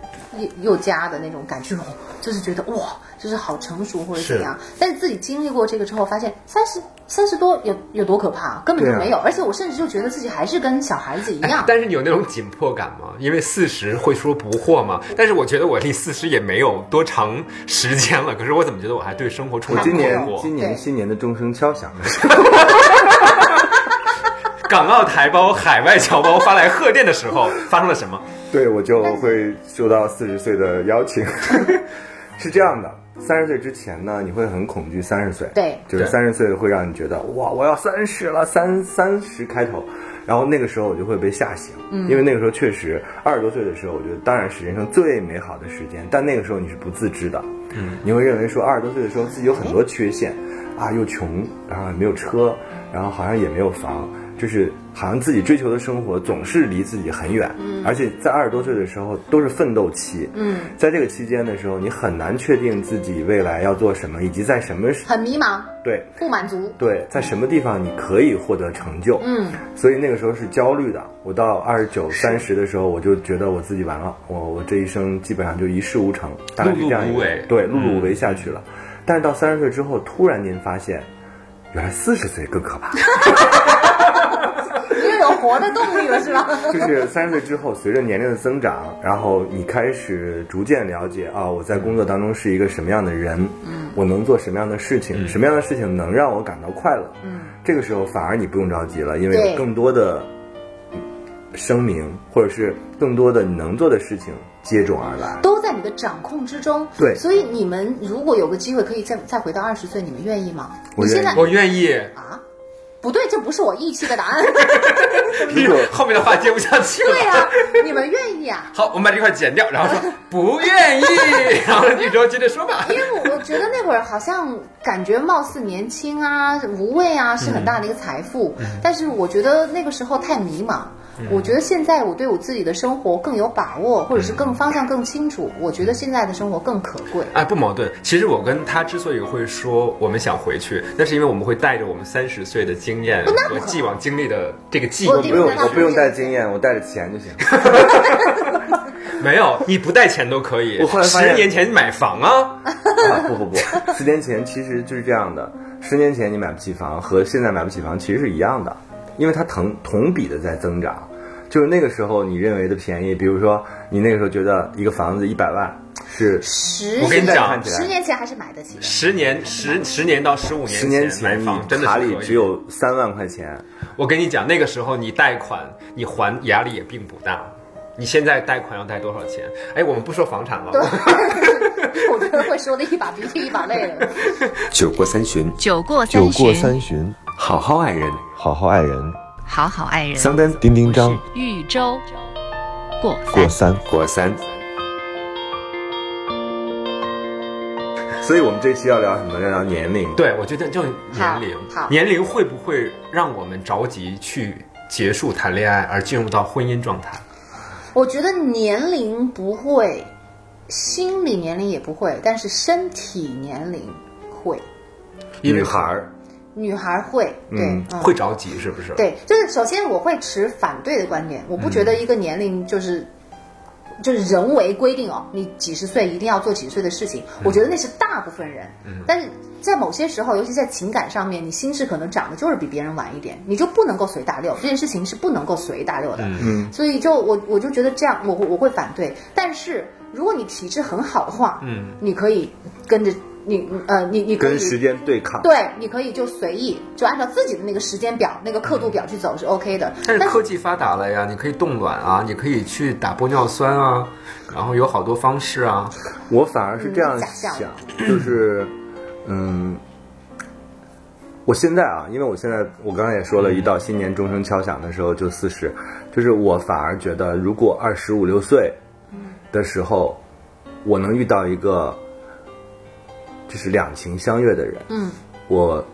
[SPEAKER 5] 又加的那种感觉，哦就是觉得哇，就是好成熟或者怎样。但是自己经历过这个之后，发现三十三十多有有多可怕，根本就
[SPEAKER 1] 对啊
[SPEAKER 5] 没有。而且我甚至就觉得自己还是跟小孩子一
[SPEAKER 4] 哎
[SPEAKER 5] 样。
[SPEAKER 4] 但是你有那种紧迫感吗？因为四十会说不惑嘛，但是我觉得我离四十也没有多长时间了，可是我怎么觉得我还对生活
[SPEAKER 1] 我
[SPEAKER 4] 充满
[SPEAKER 1] 今年
[SPEAKER 4] 困惑
[SPEAKER 1] 今年
[SPEAKER 5] 对
[SPEAKER 1] 新年的钟声敲响了，
[SPEAKER 4] 港澳台胞、海外侨胞发来贺电的时候，发生了什么？
[SPEAKER 1] 对我就会收到四十岁的邀请。是这样的，三十岁之前呢，你会很恐惧三十岁，
[SPEAKER 5] 对
[SPEAKER 1] 就是
[SPEAKER 4] 对
[SPEAKER 1] 三十岁会让你觉得哇，我要三十了，三三十开头。然后那个时候我就会被吓醒，因为那个时候确实二十多岁的时候，我觉得当然是人生最美好的时间，但那个时候你是不自知的，你会认为说二十多岁的时候自己有很多缺陷，啊又穷，然后也没有车，然后好像也没有房，就是好像自己追求的生活总是离自己很远，而且在二十多岁的时候都是奋斗期，
[SPEAKER 5] 嗯，
[SPEAKER 1] 在这个期间的时候，你很难确定自己未来要做什么，以及在什么时
[SPEAKER 5] 很迷茫，
[SPEAKER 1] 对
[SPEAKER 5] 不满足。
[SPEAKER 1] 对，在什么地方你可以获得成就，
[SPEAKER 5] 嗯，
[SPEAKER 1] [LAUGHS] 所以那个时候是焦虑的。我到二十九、三十的时候，我就觉得我自己完了，我我这一生基本上就一事无成，大概是这样一
[SPEAKER 4] 碌碌无
[SPEAKER 1] 个
[SPEAKER 4] 为嗯
[SPEAKER 1] 对碌碌无为下去了。但是到三十岁之后，突然间发现，原来四十岁更可怕。
[SPEAKER 5] 你又有活的动力了是吧？ [LAUGHS]
[SPEAKER 1] [LAUGHS] 就是三十岁之后，随着年龄的增长，然后你开始逐渐了解啊，我在工作当中是一个什么样的人，嗯，我能做什么样的事情，什么样的事情能让我感到快乐，嗯，这个时候反而你不用着急了，因为
[SPEAKER 5] 对
[SPEAKER 1] 有更多的声明或者是更多的你能做的事情接踵而来。
[SPEAKER 5] 都在你的掌控之中。
[SPEAKER 1] 对
[SPEAKER 5] 所以你们如果有个机会可以再再回到二十岁，你们愿意吗？
[SPEAKER 1] 我
[SPEAKER 5] 你现在
[SPEAKER 1] 愿
[SPEAKER 4] 我愿意。
[SPEAKER 5] 啊，不对，这不是我意气的答案。
[SPEAKER 4] [LAUGHS] 后面的话接不下去了。
[SPEAKER 5] 对啊呀、你们愿意啊？
[SPEAKER 4] 好，我们把这块剪掉，然后 [LAUGHS] 说不愿意，然后你就接着说吧。
[SPEAKER 5] 因为我觉得那会儿好像感觉貌似年轻啊、无畏
[SPEAKER 4] 嗯
[SPEAKER 5] 啊是很大的一个财富，但是我觉得那个时候太迷茫。
[SPEAKER 4] 嗯
[SPEAKER 5] 我觉得现在我对我自己的生活更有把握，或者是更方向更清楚。
[SPEAKER 4] 嗯
[SPEAKER 5] 我觉得现在的生活更可贵。
[SPEAKER 4] 哎，不矛盾。其实我跟他之所以会说我们想回去，那是因为我们会带着我们三十岁的经验和既往经历的这个记忆
[SPEAKER 5] 我
[SPEAKER 1] 不用，
[SPEAKER 5] 那他
[SPEAKER 1] 我不用
[SPEAKER 5] 是
[SPEAKER 1] 带经验，我带着钱就行。
[SPEAKER 4] 没有，你不带钱都可以
[SPEAKER 1] 我后。来发现
[SPEAKER 4] 十年前买房啊，
[SPEAKER 1] 啊，不不不，十年前其实就是这样的。十年前你买不起房和现在买不起房其实是一样的，因为它同同比的在增长。就是那个时候你认为的便宜，比如说你那个时候觉得一个房子一百万是
[SPEAKER 5] 十
[SPEAKER 4] 我跟你
[SPEAKER 5] 年
[SPEAKER 4] 讲
[SPEAKER 1] 看起来
[SPEAKER 5] 十年前还是买得起的。
[SPEAKER 4] 十年十十年到十五
[SPEAKER 1] 十
[SPEAKER 4] 年
[SPEAKER 1] 年
[SPEAKER 4] 买
[SPEAKER 1] 前你
[SPEAKER 4] 房真的
[SPEAKER 1] 卡
[SPEAKER 4] 是
[SPEAKER 1] 里
[SPEAKER 4] 可
[SPEAKER 1] 只
[SPEAKER 4] 以。
[SPEAKER 1] 有三万块钱，
[SPEAKER 4] 我跟你讲，那个时候你贷款，你还压力也并不大。你现在贷款要贷多少钱？哎，我们不说房产了，
[SPEAKER 5] 我觉得会说的一把鼻涕一把泪了。
[SPEAKER 3] 酒过三巡，
[SPEAKER 2] 酒过
[SPEAKER 6] 酒
[SPEAKER 2] 三
[SPEAKER 6] 过
[SPEAKER 2] 巡，
[SPEAKER 6] 三巡，
[SPEAKER 3] 好好爱人。
[SPEAKER 6] 好好爱人，
[SPEAKER 2] 好好爱人。
[SPEAKER 3] 桑丹
[SPEAKER 6] 丁丁张
[SPEAKER 2] 豫州过
[SPEAKER 6] 过
[SPEAKER 2] 三，
[SPEAKER 6] 三。
[SPEAKER 3] 果三，
[SPEAKER 1] 所以我们这期要聊什么？要聊年龄。
[SPEAKER 4] 对，我觉得就年龄
[SPEAKER 5] 好好，
[SPEAKER 4] 年龄会不会让我们着急去结束谈恋爱，而进入到婚姻状态？
[SPEAKER 5] 我觉得年龄不会，心理年龄也不会，但是身体年龄会，
[SPEAKER 1] 女孩儿，
[SPEAKER 5] 女孩会，对，
[SPEAKER 1] 嗯
[SPEAKER 5] 嗯
[SPEAKER 4] 会着急是不是？，
[SPEAKER 5] 对，就是首先我会持反对的观点，我不觉得一个年龄就是。就是人为规定哦，你几十岁一定要做几十岁的事情，我觉得那是大部分人。但是在某些时候，尤其在情感上面，你心智可能长得就是比别人晚一点，你就不能够随大流，这件事情是不能够随大流的。
[SPEAKER 1] 嗯
[SPEAKER 5] 所以就我我就觉得这样，我会我会反对。但是如果你体质很好的话，
[SPEAKER 4] 嗯，
[SPEAKER 5] 你可以跟着你呃你你可以
[SPEAKER 1] 跟时间对抗。
[SPEAKER 5] 对，你可以就随意，就按照自己的那个时间表、那个刻度表去走是 OK 的。
[SPEAKER 4] 但是科技发达了呀，你可以冻卵啊，你可以去打玻尿酸啊，然后有好多方式啊。
[SPEAKER 1] 我反而是这样
[SPEAKER 5] 嗯假
[SPEAKER 1] 想
[SPEAKER 5] 象，
[SPEAKER 1] 就是，嗯，我现在啊，因为我现在我刚才也说了，一到新年钟声敲响的时候就四十，就是我反而觉得，如果二十五六岁
[SPEAKER 5] 嗯
[SPEAKER 1] 的时候，我能遇到一个就是两情相悦的人，
[SPEAKER 5] 嗯，
[SPEAKER 1] 我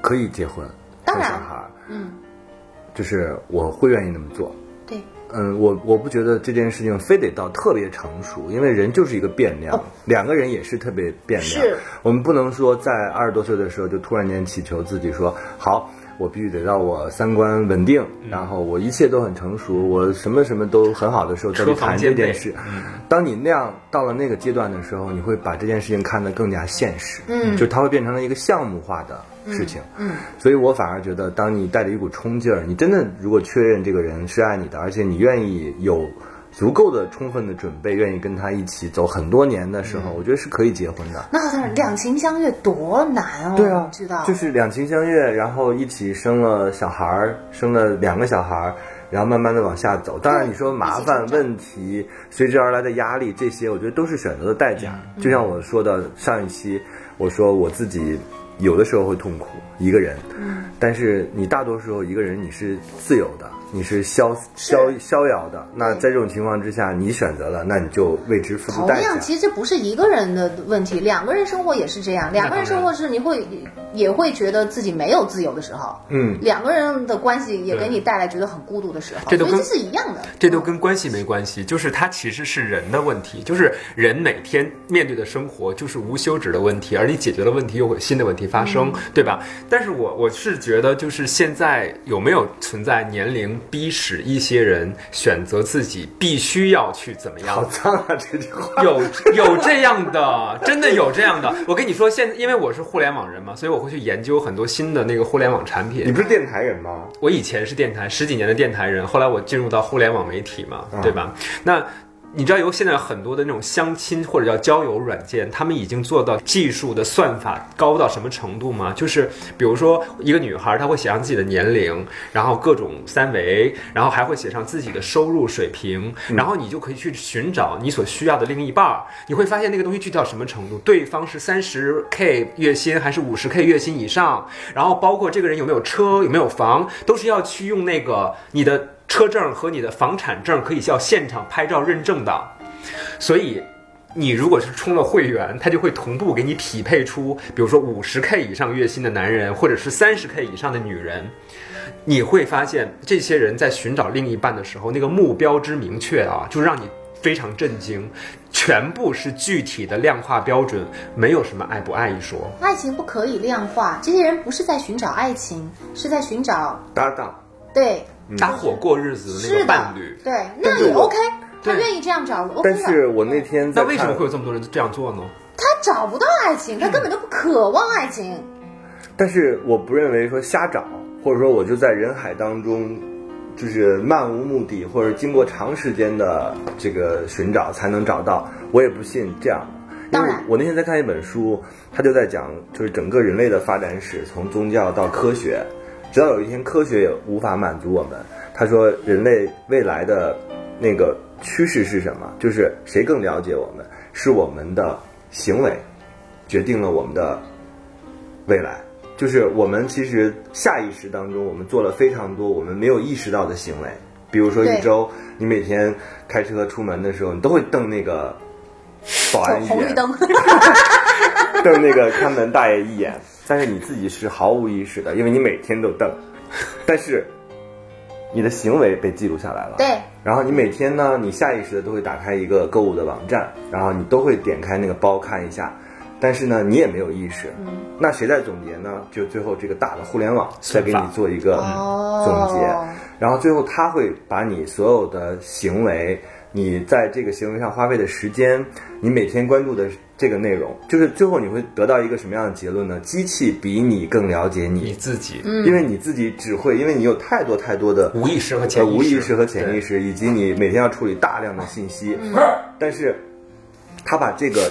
[SPEAKER 1] 可以结婚
[SPEAKER 5] 当
[SPEAKER 1] 生
[SPEAKER 5] 然
[SPEAKER 1] 小孩儿，
[SPEAKER 5] 嗯，
[SPEAKER 1] 就是我会愿意那么做，
[SPEAKER 5] 对，
[SPEAKER 1] 嗯，我我不觉得这件事情非得到特别成熟，因为人就是一个变量，两个人也是特别变量。
[SPEAKER 5] 是
[SPEAKER 1] 我们不能说在二十多岁的时候就突然间祈求自己说好，我必须得到我三观稳定，
[SPEAKER 4] 嗯
[SPEAKER 1] 然后我一切都很成熟，我什么什么都很好的时候再去
[SPEAKER 4] 车房
[SPEAKER 1] 谈
[SPEAKER 4] 兼
[SPEAKER 1] 这件
[SPEAKER 4] 备
[SPEAKER 1] 事。当你那样到了那个阶段的时候，你会把这件事情看得更加现实，
[SPEAKER 5] 嗯
[SPEAKER 1] 就它会变成了一个项目化的事情。
[SPEAKER 5] 嗯，
[SPEAKER 1] 所以我反而觉得，当你带着一股冲劲儿，你真的如果确认这个人是爱你的，而且你愿意有足够的充分的准备，愿意跟他一起走很多年的时
[SPEAKER 5] 嗯
[SPEAKER 1] 候，我觉得是可以结婚的。
[SPEAKER 5] 那好像两情相悦多难哦，
[SPEAKER 1] 对啊，
[SPEAKER 5] 你知道
[SPEAKER 1] 就是两情相悦，然后一起生了小孩儿，生了两个小孩儿，然后慢慢的往下走。当然，你说麻烦、
[SPEAKER 5] 一起成长
[SPEAKER 1] 问题、随之而来的压力，这些我觉得都是选择的代价。
[SPEAKER 5] 嗯
[SPEAKER 1] 就像我说的上一期，我说我自己有的时候会痛苦一个人，
[SPEAKER 5] 嗯
[SPEAKER 1] 但是你大多时候一个人你是自由的，你是逍逍逍遥的。那在这种情况之下，你选择了，那你就为之付出
[SPEAKER 5] 同
[SPEAKER 1] 代价
[SPEAKER 5] 样，。其实这不是一个人的问题，两个人生活也是这样。两个人生活是你会也会觉得自己没有自由的时候，
[SPEAKER 1] 嗯
[SPEAKER 5] 两个人的关系也
[SPEAKER 4] 对
[SPEAKER 5] 给你带来觉得很孤独的时候，
[SPEAKER 4] 这都
[SPEAKER 5] 所以这
[SPEAKER 4] 跟
[SPEAKER 5] 是一样的。嗯
[SPEAKER 4] 这都跟关系没关系，就是它其实是人的问题，就是人每天面对的生活就是无休止的问题，而你解决了问题，又有新的问题题发生，对吧？但是我我是觉得，就是现在有没有存在年龄逼使一些人选择自己必须要去怎么样
[SPEAKER 1] 好？脏啊！这句话
[SPEAKER 4] 有有这样的，真的有这样的。我跟你说，现因为我是互联网人嘛，所以我会去研究很多新的那个互联网产
[SPEAKER 1] 你
[SPEAKER 4] 品。
[SPEAKER 1] 不是电台人吗？
[SPEAKER 4] 我以前是电台十几年的电台人，后来我进入到互联网媒体嘛，对吧？那你知道有现在很多的那种相亲或者叫交友软件，他们已经做到技术的算法高到什么程度吗？就是比如说一个女孩，她会写上自己的年龄，然后各种三围，然后还会写上自己的收入水平，然后你就可以去寻找你所需要的另一半儿。你会发现那个东西具体到什么程度，对方是三十 K 月薪还是五十 K 月薪以上，然后包括这个人有没有车、有没有房，都是要去用那个你的车证和你的房产证可以叫现场拍照认证的。所以，你如果是充了会员，他就会同步给你匹配出，比如说五十 K 以上月薪的男人，或者是三十 K 以上的女人。你会发现，这些人在寻找另一半的时候，那个目标之明确啊，就让你非常震惊。全部是具体的量化标准，没有什么爱不爱一说。
[SPEAKER 5] 爱情不可以量化，这些人不是在寻找爱情，是在寻找
[SPEAKER 1] 搭档，
[SPEAKER 5] 对
[SPEAKER 4] 搭伙过日子的那
[SPEAKER 5] 是
[SPEAKER 4] 个
[SPEAKER 5] 的
[SPEAKER 4] 伴侣，，
[SPEAKER 5] 对，
[SPEAKER 1] 但
[SPEAKER 5] 那
[SPEAKER 1] 嗯是
[SPEAKER 5] 也
[SPEAKER 1] 我
[SPEAKER 5] OK，他
[SPEAKER 4] 对
[SPEAKER 5] 愿意这样找，OK
[SPEAKER 1] 但
[SPEAKER 5] 的
[SPEAKER 1] 是我那天在
[SPEAKER 4] 那为什么
[SPEAKER 1] 看
[SPEAKER 4] 会有这么多人这样做呢？
[SPEAKER 5] 他找不到爱情，他根本就不渴望爱情。
[SPEAKER 1] 但是我不认为说瞎找，或者说我就在人海当中，就是漫无目的，或者经过长时间的这个寻找才能找到，我也不信这样。因为
[SPEAKER 5] 当然
[SPEAKER 1] 我那天在看一本书，他就在讲，就是整个人类的发展史，从宗教到科学，直到有一天科学也无法满足我们。他说，人类未来的那个趋势是什么？就是谁更了解我们，是我们的行为决定了我们的未来。就是我们其实下意识当中，我们做了非常多我们没有意识到的行为，比如说
[SPEAKER 5] 对
[SPEAKER 1] 一周，你每天开车出门的时候，你都会瞪那个保安一
[SPEAKER 5] 红
[SPEAKER 1] 眼
[SPEAKER 5] 绿，灯，
[SPEAKER 1] [LAUGHS] 瞪那个看门大爷一眼，但是你自己是毫无意识的，因为你每天都瞪，但是你的行为被记录下来了。
[SPEAKER 5] 对，
[SPEAKER 1] 然后你每天呢，你下意识的都会打开一个购物的网站，然后你都会点开那个包看一下，但是呢，你也没有意识。那谁在总结呢？就最后这个大的互联网再给你做一个
[SPEAKER 5] 哦
[SPEAKER 1] 总结，然后最后他会把你所有的行为，你在这个行为上花费的时间，你每天关注的这个内容，就是最后你会得到一个什么样的结论呢？机器比你更了解
[SPEAKER 4] 你
[SPEAKER 1] 你，
[SPEAKER 4] 自己
[SPEAKER 1] 因为你自己只会，因为你有太多太多的
[SPEAKER 4] 无意识和潜
[SPEAKER 1] 呃
[SPEAKER 4] 意识，
[SPEAKER 1] 无意识和潜意
[SPEAKER 4] 识。
[SPEAKER 1] 识，以及你每天要处理大量的信息。
[SPEAKER 4] 嗯
[SPEAKER 1] 但是，他把这个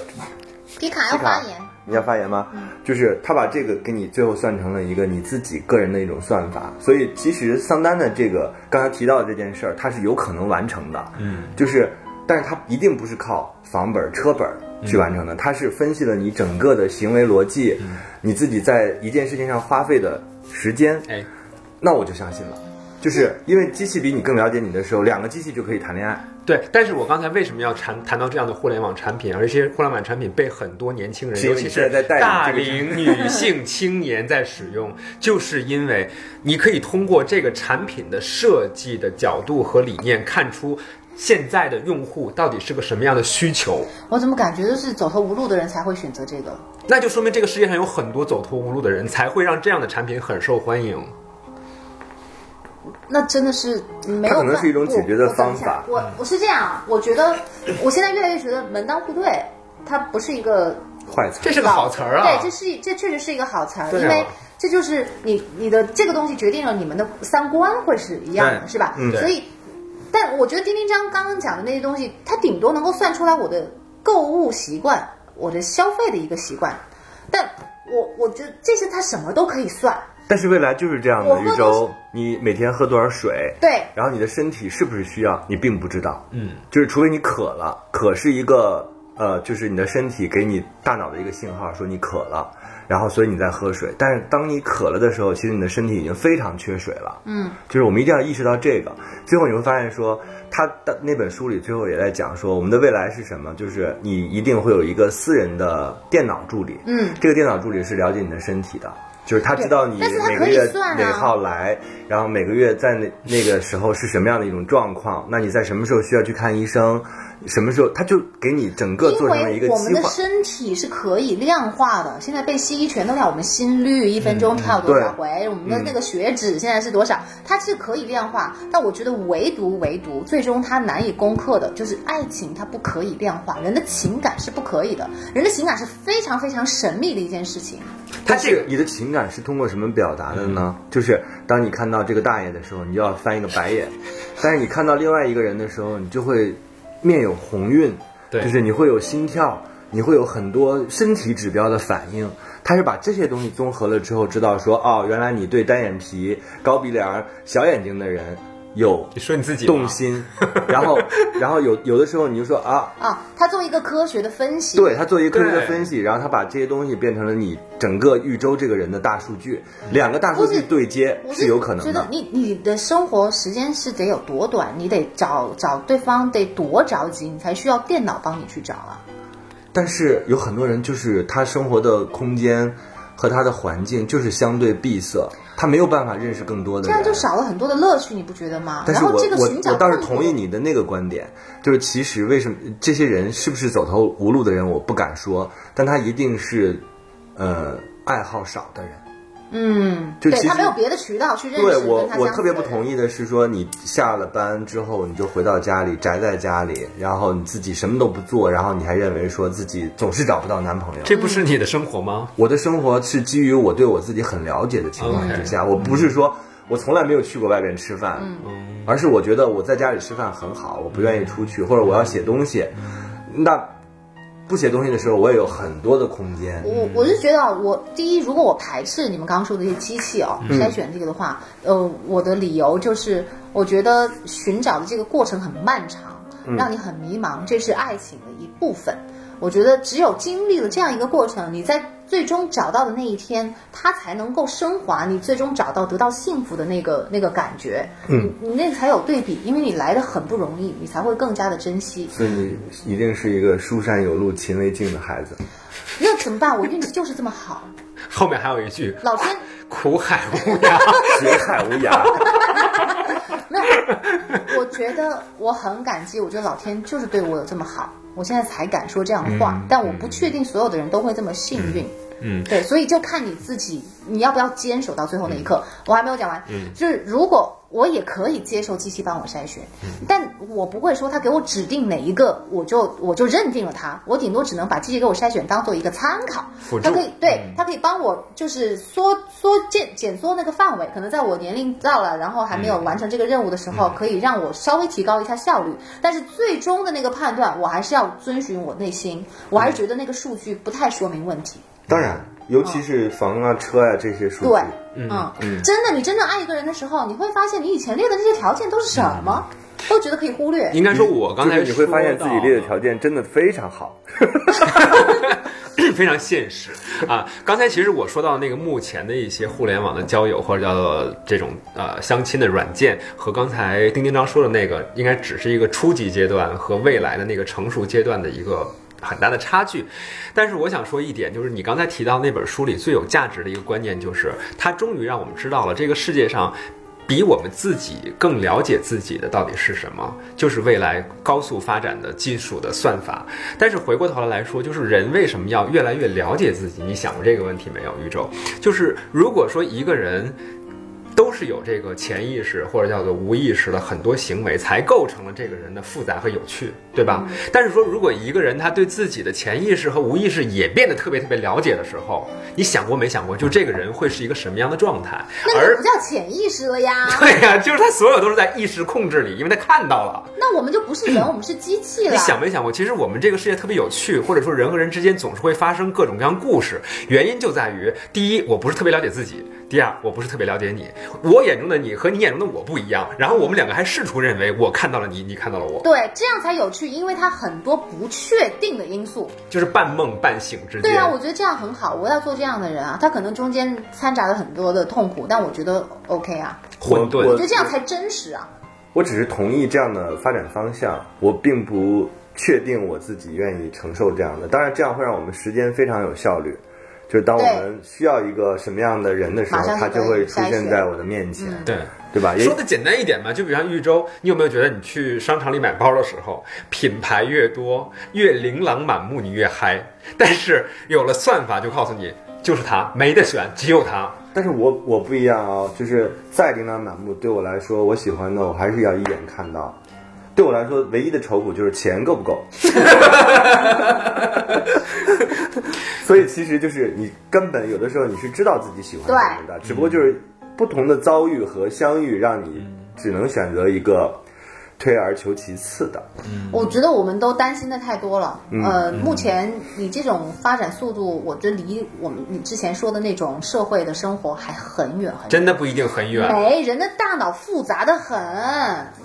[SPEAKER 5] 皮卡要发言，
[SPEAKER 1] 你要发言吗？
[SPEAKER 4] 嗯
[SPEAKER 1] 就是他把这个给你最后算成了一个你自己个人的一种算法，所以其实桑丹的这个刚才提到的这件事儿，它是有可能完成的，嗯，就是，但是它一定不是靠房本儿、车本儿去完成的，它是分析了你整个的行为逻辑，你自己在一件事情上花费的时间，
[SPEAKER 4] 哎，
[SPEAKER 1] 那我就相信了，就是因为机器比你更了解你的时候，两个机器就可以谈恋爱，
[SPEAKER 4] 对，但是我刚才为什么要谈谈到这样的互联网产品，而这些互联网产品被很多年轻人，
[SPEAKER 1] 是因
[SPEAKER 4] 尤
[SPEAKER 1] 为
[SPEAKER 4] 其
[SPEAKER 1] 你现
[SPEAKER 4] 是
[SPEAKER 1] 在在带领
[SPEAKER 4] 大
[SPEAKER 1] 这个
[SPEAKER 4] 龄女性青年在使用，就是因为你可以通过这个产品的设计的角度和理念，看出现在的用户到底是个什么样的需求。
[SPEAKER 5] 我怎么感觉就是走投无路的人才会选择这个？
[SPEAKER 4] 那就说明这个世界上有很多走投无路的人，才会让这样的产品很受欢迎。
[SPEAKER 5] 那真的是没有
[SPEAKER 1] 它
[SPEAKER 5] 办法。
[SPEAKER 1] 可能是一种解决的方法
[SPEAKER 5] 我我我是这样啊，我觉得我现在越来越觉得门当户对，它不是一个
[SPEAKER 1] 坏惨
[SPEAKER 4] 这。是个好词儿啊！
[SPEAKER 5] 对，这是这确实是一个好词儿，
[SPEAKER 4] 对啊
[SPEAKER 5] 因为这就是你你的这个东西决定了你们的三观会是一样的，
[SPEAKER 4] 对嗯
[SPEAKER 5] 是吧？
[SPEAKER 4] 对
[SPEAKER 5] 所以，但我觉得丁丁章刚刚讲的那些东西，他顶多能够算出来我的购物习惯，我的消费的一个习惯，但我我觉得这些他什么都可以算，
[SPEAKER 1] 但是未来就是这样
[SPEAKER 5] 我
[SPEAKER 1] 的，
[SPEAKER 5] 喝
[SPEAKER 1] 一
[SPEAKER 5] 多
[SPEAKER 1] 周你每天喝多少水，
[SPEAKER 5] 对，
[SPEAKER 1] 然后你的身体是不是需要，你并不知道。
[SPEAKER 4] 嗯，
[SPEAKER 1] 就是除非你渴了，渴是一个呃，就是你的身体给你大脑的一个信号，说你渴了，然后所以你在喝水。但是当你渴了的时候，其实你的身体已经非常缺水了。
[SPEAKER 5] 嗯，
[SPEAKER 1] 就是我们一定要意识到这个。最后你会发现说，他的那本书里最后也在讲说，我们的未来是什么？就是你一定会有一个私人的电脑助理。
[SPEAKER 5] 嗯
[SPEAKER 1] 这个电脑助理是了解你的身体的。就是他知道你
[SPEAKER 5] 但是它
[SPEAKER 1] 每
[SPEAKER 5] 可
[SPEAKER 1] 个
[SPEAKER 5] 以
[SPEAKER 1] 月
[SPEAKER 5] 算啊
[SPEAKER 1] 哪号来，然后每个月在那那个时候是什么样的一种状况，那你在什么时候需要去看医生？什么时候他就给你整个
[SPEAKER 5] 因
[SPEAKER 1] 做成了一个
[SPEAKER 5] 为我们
[SPEAKER 1] 计
[SPEAKER 5] 的
[SPEAKER 1] 划。
[SPEAKER 5] 身体是可以量化的，现在被西医全都量我们心率一分钟跳多少
[SPEAKER 1] 嗯对
[SPEAKER 5] 回，我们的那个血脂现在是多少，它是可以量化。但我觉得唯独唯独最终它难以攻克的就是爱情，它不可以量化，人的情感是不可以的，人的情感是非常非常神秘的一件事情。
[SPEAKER 1] 他这个你嗯的情感是通过什么表达的呢？就是当你看到这个大爷的时候，你就要翻一个白 [LAUGHS] 眼；但是你看到另外一个人的时候，你就会面有红晕，
[SPEAKER 4] 对
[SPEAKER 1] 就是你会有心跳，你会有很多身体指标的反应。他是把这些东西综合了之后，知道说哦，原来你对单眼皮、高鼻梁、小眼睛的人有
[SPEAKER 4] 你说你自己吧
[SPEAKER 1] 动心，然后然后有有的时候你就说啊，
[SPEAKER 5] 啊，它作为一个科学的分析，
[SPEAKER 1] 对他做一个科学的
[SPEAKER 4] 对
[SPEAKER 1] 分析，然后他把这些东西变成了你整个豫州这个人的大数据，两个大数
[SPEAKER 5] 不
[SPEAKER 1] 据
[SPEAKER 5] 是
[SPEAKER 1] 对接
[SPEAKER 5] 我
[SPEAKER 1] 是有可能
[SPEAKER 5] 觉得
[SPEAKER 1] 的。
[SPEAKER 5] 你你的生活时间是得有多短，你得找找对方得多着急，你才需要电脑帮你去找啊。
[SPEAKER 1] 但是有很多人就是他生活的空间和他的环境就是相对闭塞，他没有办法认识更多的
[SPEAKER 5] 这样
[SPEAKER 1] 人。
[SPEAKER 5] 就少了很多的乐趣，你不觉得吗？
[SPEAKER 1] 啊但是
[SPEAKER 5] 然后
[SPEAKER 1] 我
[SPEAKER 5] 这个
[SPEAKER 1] 我
[SPEAKER 5] 寻找
[SPEAKER 1] 我倒是
[SPEAKER 5] 更
[SPEAKER 1] 同意你的那个观点，就是其实为什么这些人是不是走投无路的人，我不敢说，但他一定是，呃，爱好少的人。
[SPEAKER 5] 嗯，
[SPEAKER 1] 就
[SPEAKER 5] 对
[SPEAKER 1] 其
[SPEAKER 5] 他
[SPEAKER 1] 实
[SPEAKER 5] 没有别的渠道去认识
[SPEAKER 1] 对我
[SPEAKER 5] 跟他，
[SPEAKER 1] 我
[SPEAKER 5] 相
[SPEAKER 1] 特别
[SPEAKER 5] 处
[SPEAKER 1] 不
[SPEAKER 5] 的人
[SPEAKER 1] 同意的是说，你下了班之后你就回到家里，宅在家里，然后你自己什么都不做，然后你还认为说自己总是找不到男朋友。
[SPEAKER 4] 这不是你的生活吗？
[SPEAKER 1] 我的生活是基于我对我自己很了解的情况之下，我不是说我从来没有去过外边吃饭，
[SPEAKER 5] 嗯
[SPEAKER 1] 而是我觉得我在家里吃饭很好，我不愿意出去，或者我要写东西，那不写东西的时候，我也有很多的空间。
[SPEAKER 5] 我我是觉得啊，我第一，如果我排斥你们刚刚说的这些机器哦，筛选这个的话，呃，我的理由就是，我觉得寻找的这个过程很漫长，让你很迷茫，这是爱情的一部分。我觉得只有经历了这样一个过程，你在最终找到的那一天，它才能够升华，你最终找到得到幸福的那个那个感觉，嗯，你那才有对比，因为你来的很不容易，你才会更加的珍惜。
[SPEAKER 1] 所以你一定是一个书山有路勤为径的孩子。
[SPEAKER 5] 那怎么办？我运气就是这么好，
[SPEAKER 4] 后面还有一句
[SPEAKER 5] 老天
[SPEAKER 4] “苦海无涯
[SPEAKER 1] 学海无涯。
[SPEAKER 5] 没有，我觉得我很感激，我觉得老天就是对我有这么好，我现在才敢说这样的话，但我不确定所有的人都会这么幸运。
[SPEAKER 4] 嗯嗯
[SPEAKER 5] 对，所以就看你自己，你要不要坚守到最后那一刻。
[SPEAKER 4] 嗯
[SPEAKER 5] 我还没有讲完，就是如果我也可以接受机器帮我筛选，
[SPEAKER 4] 嗯
[SPEAKER 5] 但我不会说他给我指定哪一个，我就我就认定了他，我顶多只能把机器给我筛选当做一个参考
[SPEAKER 4] 辅，助嗯
[SPEAKER 5] 它可以对，它可以帮我就是缩缩减减缩那个范围，可能在我年龄到了，然后还没有完成这个任务的时
[SPEAKER 4] 嗯
[SPEAKER 5] 候，可以让我稍微提高一下效率。但是最终的那个判断，我还是要遵循我内心，我
[SPEAKER 4] 嗯
[SPEAKER 5] 还是觉得那个数据不太说明问题。
[SPEAKER 1] 当然，尤其是房啊、车呀、这些数据，
[SPEAKER 5] 对，嗯，真的，你真正爱一个人的时候，你会发现你以前列的这些条件都是什么，
[SPEAKER 4] 嗯
[SPEAKER 5] 都觉得可以忽略”。。
[SPEAKER 4] 应该说，我刚才
[SPEAKER 1] 就是你会发现自
[SPEAKER 4] 说
[SPEAKER 1] 己
[SPEAKER 4] 到
[SPEAKER 1] 列的条件真的非常好。
[SPEAKER 4] [LAUGHS] 非常现实啊！刚才其实我说到那个目前的一些互联网的交友或者叫做这种呃相亲的软件，和刚才丁丁章说的那个，应该只是一个初级阶段和未来的那个成熟阶段的一个。很大的差距，但是我想说一点，就是你刚才提到那本书里最有价值的一个观念，就是它终于让我们知道了这个世界上比我们自己更了解自己的到底是什么，就是未来高速发展的技术的算法。但是回过头来说，就是人为什么要越来越了解自己？你想过这个问题没有，宇宙？就是如果说一个人都是有这个潜意识或者叫做无意识的很多行为，才构成了这个人的复杂和有趣，对吧？
[SPEAKER 5] 嗯
[SPEAKER 4] 但是说，如果一个人他对自己的潜意识和无意识也变得特别特别了解的时候，你想过没想过，就这个人会是一个什么样的状态？
[SPEAKER 5] 那个
[SPEAKER 4] 而
[SPEAKER 5] 不叫潜意识了呀， [LAUGHS]
[SPEAKER 4] [LAUGHS] 对呀、就是他所有都是在意识控制里，因为他看到了。
[SPEAKER 5] 那我们就不是
[SPEAKER 4] [LAUGHS]
[SPEAKER 5] 人，我们是啊机器了。
[SPEAKER 4] 你想没想过，其实我们这个世界特别有趣，或者说人和人之间总是会发生各种各样故事。原因就在于，第一，我不是特别了解自己；第二，我不是特别了解你。我眼中的你和你眼中的我不一样。然后我们两个还试图认为我看到了你，你看到了我，
[SPEAKER 5] 对，这样才有趣，因为它很多不确定的因素。
[SPEAKER 4] 就是半梦半醒之间。
[SPEAKER 5] 对啊，我觉得这样很好，我要做这样的人啊。他可能中间掺杂了很多的痛苦，但我觉得 OK 啊，
[SPEAKER 4] 混沌
[SPEAKER 1] 我
[SPEAKER 5] 我
[SPEAKER 1] 我
[SPEAKER 5] 觉得这样才真实啊。
[SPEAKER 1] 我只是同意这样的发展方向，我并不确定我自己愿意承受这样的。当然，这样会让我们时间非常有效率。就是当我
[SPEAKER 5] 对
[SPEAKER 1] 们需要一个什么样的人的时候
[SPEAKER 5] 马，上
[SPEAKER 1] 他就
[SPEAKER 5] 就会嗯
[SPEAKER 1] 会出
[SPEAKER 5] 筛
[SPEAKER 1] 现
[SPEAKER 5] 选
[SPEAKER 1] 在我的面前，
[SPEAKER 4] 对。
[SPEAKER 1] 对吧？也
[SPEAKER 4] 说的简单一点嘛，就比方豫州，你有没有觉得你去商场里买包的时候，品牌越多，越琳琅满目，你越嗨？但是有了算法，就告诉你就是它，没得选，只有它。
[SPEAKER 1] 但是我我不一样啊、就是再琳琅满目，对我来说，我喜欢的我还是要一眼看到。对我来说，唯一的愁苦就是钱够不够。所以其实就是你根本有的时候你是知道自己喜欢什么的，只不过就是不同的遭遇和相遇，让你只能选择一个退而求其次的。
[SPEAKER 5] 我觉得我们都担心的太多了。
[SPEAKER 4] 嗯
[SPEAKER 5] 呃，目前以这种发展速度，我觉得离我们你之前说的那种社会的生活还很远很远。
[SPEAKER 4] 真的不一定很远，
[SPEAKER 1] 哦
[SPEAKER 5] 没，人的大脑复杂的很。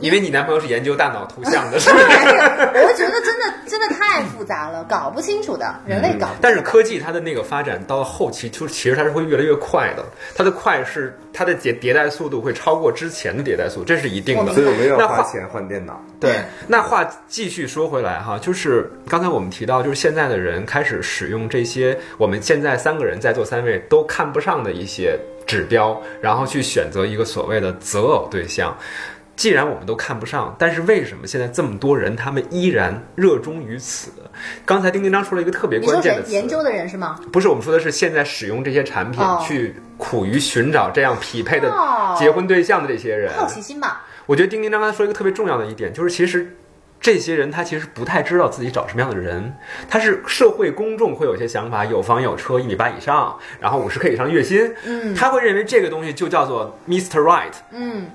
[SPEAKER 4] 因为你男朋友是研究大脑图像的，是不是？ [LAUGHS]
[SPEAKER 5] 我觉得真的真的太复杂了，搞不清楚的，人类搞不清楚。
[SPEAKER 4] 但是科技它的那个发展到后期，就是其实它是会越来越快的，它的快是它的迭迭代速度会超过之前的迭代速度，这是一定的
[SPEAKER 1] 所。以我们要
[SPEAKER 4] 那
[SPEAKER 1] 花
[SPEAKER 4] 话
[SPEAKER 1] 钱换电脑。
[SPEAKER 4] 对，那话继续说回来哈，就是刚才我们提到，就是现在的人开始使用这些我们现在三个人在座三位都看不上的一些指标，然后去选择一个所谓的择偶对象。既然我们都看不上，但是为什么现在这么多人他们依然热衷于此？刚才丁丁张说了一个特别
[SPEAKER 5] 你说
[SPEAKER 4] 关键
[SPEAKER 5] 谁
[SPEAKER 4] 的词，
[SPEAKER 5] 研究的人是吗？
[SPEAKER 4] 不是我们说的是现在使用这些产品
[SPEAKER 5] 哦
[SPEAKER 4] 去苦于寻找这样匹配的
[SPEAKER 5] 哦
[SPEAKER 4] 结婚对象的这些人。
[SPEAKER 5] 好奇心吧。
[SPEAKER 4] 我觉得丁丁刚才说一个特别重要的一点，就是其实这些人他其实不太知道自己找什么样的人，他是社会公众会有一些想法，有房有车，一米八以上，然后五十 K 以上月薪，
[SPEAKER 5] 嗯
[SPEAKER 4] 他会认为这个东西就叫做 Mr. Right。
[SPEAKER 5] 嗯，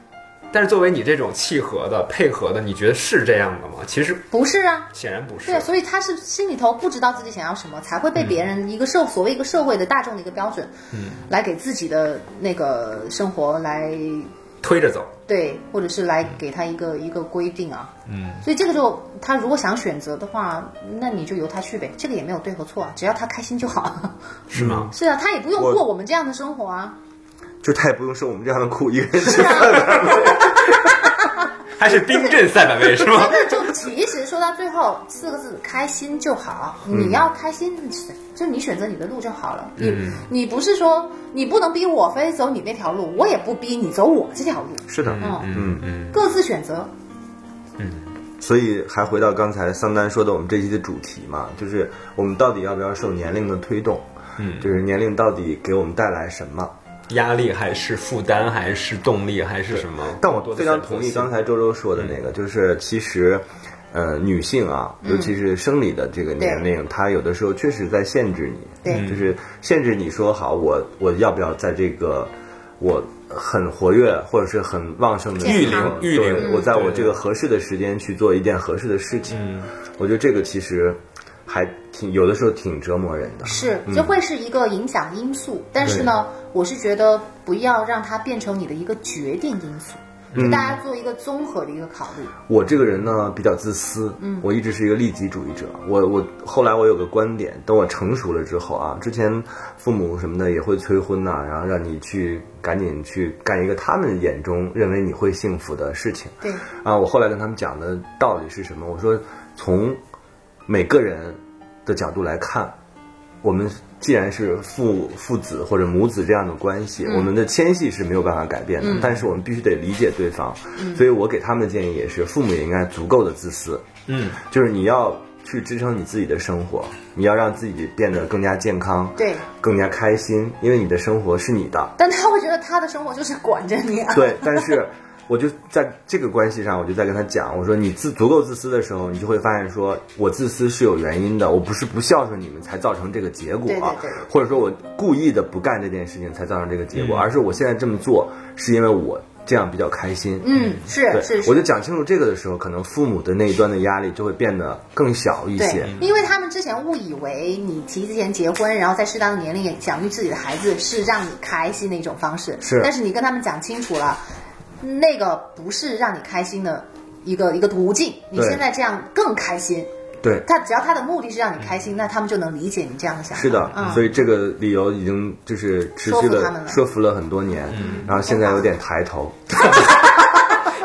[SPEAKER 4] 但是作为你这种契合的、配合的，你觉得是这样的吗？其实
[SPEAKER 5] 不是啊。
[SPEAKER 4] 显然不是
[SPEAKER 5] 对，啊，所以他是心里头不知道自己想要什么，才会被别
[SPEAKER 4] 嗯
[SPEAKER 5] 人一个社所谓一个社会的大众的一个标准，嗯，来给自己的那个生活来
[SPEAKER 4] 推着走。
[SPEAKER 5] 对，或者是来给他一个、一个规定啊，嗯，所以这个就他如果想选择的话，那你就由他去呗，这个也没有对和错啊，只要他开心就好。
[SPEAKER 4] 是吗？
[SPEAKER 5] 是啊，他也不用
[SPEAKER 1] 我
[SPEAKER 5] 过我们这样的生活啊，
[SPEAKER 1] 就他也不用受我们这样的苦，一个人去
[SPEAKER 5] 对啊，
[SPEAKER 4] 还是冰镇赛百味是吗？
[SPEAKER 5] 就其实说到最后四个字，开心就好。你要开心，就你选择你的路就好了。你、你不是说你不能逼我非走你那条路，我也不逼你走我这条路，
[SPEAKER 1] 是的，
[SPEAKER 5] [LAUGHS] 嗯
[SPEAKER 1] 嗯嗯。
[SPEAKER 5] 各自选择。
[SPEAKER 1] 所以还回到刚才桑丹说的我们这期的主题嘛，就是我们到底要不要受年龄的推动？嗯，就是年龄到底给我们带来什么？
[SPEAKER 4] 压力还是负担还是动力还是什么？
[SPEAKER 1] 但
[SPEAKER 4] 更
[SPEAKER 1] 我
[SPEAKER 4] 多的
[SPEAKER 1] 非常
[SPEAKER 4] 选择
[SPEAKER 1] 同意
[SPEAKER 4] 性嗯
[SPEAKER 1] 刚才周周说的那个，就是其实，呃，女性啊，尤其是生理的这个年龄，它有的时候确实在限制你，
[SPEAKER 5] 对
[SPEAKER 1] 就是限制你说好我我要不要在这个我很活跃或者是很旺盛的
[SPEAKER 5] 预
[SPEAKER 1] 时候
[SPEAKER 4] 留
[SPEAKER 1] 对
[SPEAKER 4] 预留嗯
[SPEAKER 1] 我在我这
[SPEAKER 4] 对嗯
[SPEAKER 1] 个合适的时间去做一件合适的事情，我觉得这个其实还挺有的时候挺折磨人的，
[SPEAKER 5] 是，这会是一个影响因素，但是呢，我是觉得不要让它变成你的一个决定因素，
[SPEAKER 1] 嗯
[SPEAKER 5] 就大家做一个综合的一个考虑。
[SPEAKER 1] 我这个人呢比较自私，嗯，我一直是一个利己主义者。我我后来我有个观点，等我成熟了之后啊，之前父母什么的也会催婚呐、然后让你去赶紧去干一个他们眼中认为你会幸福的事情。
[SPEAKER 5] 对，
[SPEAKER 1] 啊，我后来跟他们讲的道理是什么？我说，从每个人的角度来看，我们既然是父父子或者母子这样的关系，我们的牵系是没有办法改变的，但是我们必须得理解对方。所以我给他们的建议也是，父母也应该足够的自私。
[SPEAKER 4] 嗯，
[SPEAKER 1] 就是你要去支撑你自己的生活，你要让自己变得更加健康，
[SPEAKER 5] 对，
[SPEAKER 1] 更加开心，因为你的生活是你的，
[SPEAKER 5] 但他会觉得他的生活就是管着你啊。
[SPEAKER 1] [LAUGHS] 对，但是我就在这个关系上，我就在跟他讲，我说你自足够自私的时候，你就会发现说，我自私是有原因的，我不是不孝顺你们才造成这个结果、
[SPEAKER 5] 对对
[SPEAKER 1] 啊，
[SPEAKER 5] 对
[SPEAKER 1] 或者说我故意的不干这件事情才造成这个结果，而是我现在这么做是因为我这样比较开心。
[SPEAKER 5] 嗯，是
[SPEAKER 1] 对
[SPEAKER 5] 是，是
[SPEAKER 1] 我就讲清楚这个的时候，可能父母的那一端的压力就会变得更小一些嗯
[SPEAKER 5] 对。，因为他们之前误以为你提前结婚，然后在适当的年龄养育自己的孩子是让你开心的一种方式。
[SPEAKER 1] 是
[SPEAKER 5] 但是你跟他们讲清楚了，那个不是让你开心的一个一个途径。你
[SPEAKER 1] 对
[SPEAKER 5] 现在这样更开心，
[SPEAKER 1] 对，
[SPEAKER 5] 他只要他的目的是让你开心，那他们就能理解你这样的想法。
[SPEAKER 1] 嗯是的，
[SPEAKER 5] 嗯、
[SPEAKER 1] 所
[SPEAKER 5] [LAUGHS]
[SPEAKER 1] 以这个理由已经就是持续
[SPEAKER 5] 说服他
[SPEAKER 1] 了
[SPEAKER 5] 们了
[SPEAKER 1] 说服了很多年，然后现在有点抬头。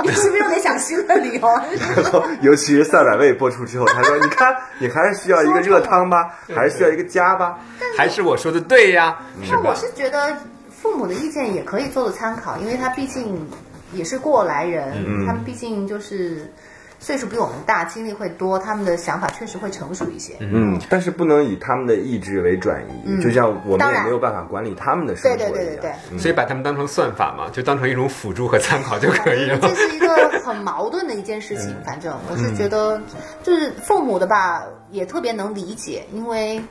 [SPEAKER 5] 你是不是又得想新的理由？
[SPEAKER 1] [LAUGHS] 然后尤其是赛百味播出之后，他说：“你看，你还是需要一个热汤吧，还是需要一个家吧。
[SPEAKER 4] 还是我说的对呀，是
[SPEAKER 5] 那我
[SPEAKER 4] 吧？
[SPEAKER 5] 是觉得父母的意见也可以做做参考，因为他毕竟也是过来人，
[SPEAKER 1] 嗯
[SPEAKER 5] 他们毕竟就是岁数比我们大，经历会多，他们的想法确实会成熟一些。”
[SPEAKER 1] 嗯，但是不能以他们的意志为转移，就像我们
[SPEAKER 5] 嗯当
[SPEAKER 1] 也
[SPEAKER 5] 然
[SPEAKER 1] 没有办法管理他们的生
[SPEAKER 5] 对
[SPEAKER 1] 活一
[SPEAKER 5] 对
[SPEAKER 1] 样。嗯
[SPEAKER 5] 对对对，
[SPEAKER 4] 所以把他们当成算法嘛，就当成一种辅助和参考就可以了嗯
[SPEAKER 5] 这。是一个很矛盾的一件事情。反正我是觉得，就是父母的吧，也特别能理解，因为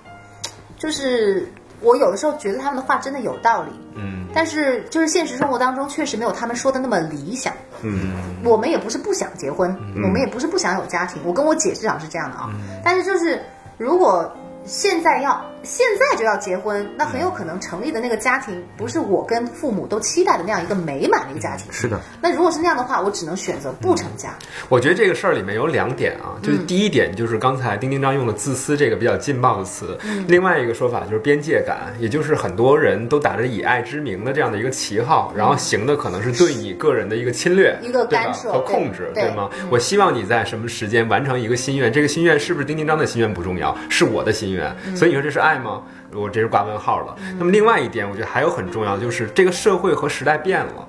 [SPEAKER 5] 就是我有的时候觉得他们的话真的有道理，
[SPEAKER 4] 嗯，
[SPEAKER 5] 但是就是现实生活当中确实没有他们说的那么理想。
[SPEAKER 1] 嗯，
[SPEAKER 5] 我们也不是不想结婚，
[SPEAKER 4] 嗯
[SPEAKER 5] 我们也不是不想有家庭。我跟我姐至少是这样的啊、但是就是如果现在要现在就要结婚，那
[SPEAKER 4] 嗯
[SPEAKER 5] 很有可能成立的那个家庭不是我跟父母都期待的那样一个美满的一个家庭。
[SPEAKER 1] 是的，
[SPEAKER 5] 那如果是那样的话，我只能选择不成家。
[SPEAKER 4] 我觉得这个事儿里面有两点
[SPEAKER 5] 嗯
[SPEAKER 4] 啊，就是第一点就是刚才丁丁张用了“自私”这个比较劲爆的词，
[SPEAKER 5] 嗯
[SPEAKER 4] 另外一个说法就是边界感，也就是很多人都打着以爱之名的这样的一个旗号，然后行的可能是对你个人的一个侵略、
[SPEAKER 5] 嗯一个
[SPEAKER 4] 对吧
[SPEAKER 5] 干涉
[SPEAKER 4] 和
[SPEAKER 5] 对
[SPEAKER 4] 控制，
[SPEAKER 5] 对嗯
[SPEAKER 4] 吗？我希望你在什么时间完成一个心愿，这个心愿是不是丁丁张的心愿不重要，是我的心愿，
[SPEAKER 5] 嗯
[SPEAKER 4] 所以你说这是爱吗？我这是挂问号了。那么另外一点，我觉得还有很重要，就是这个社会和时代变了。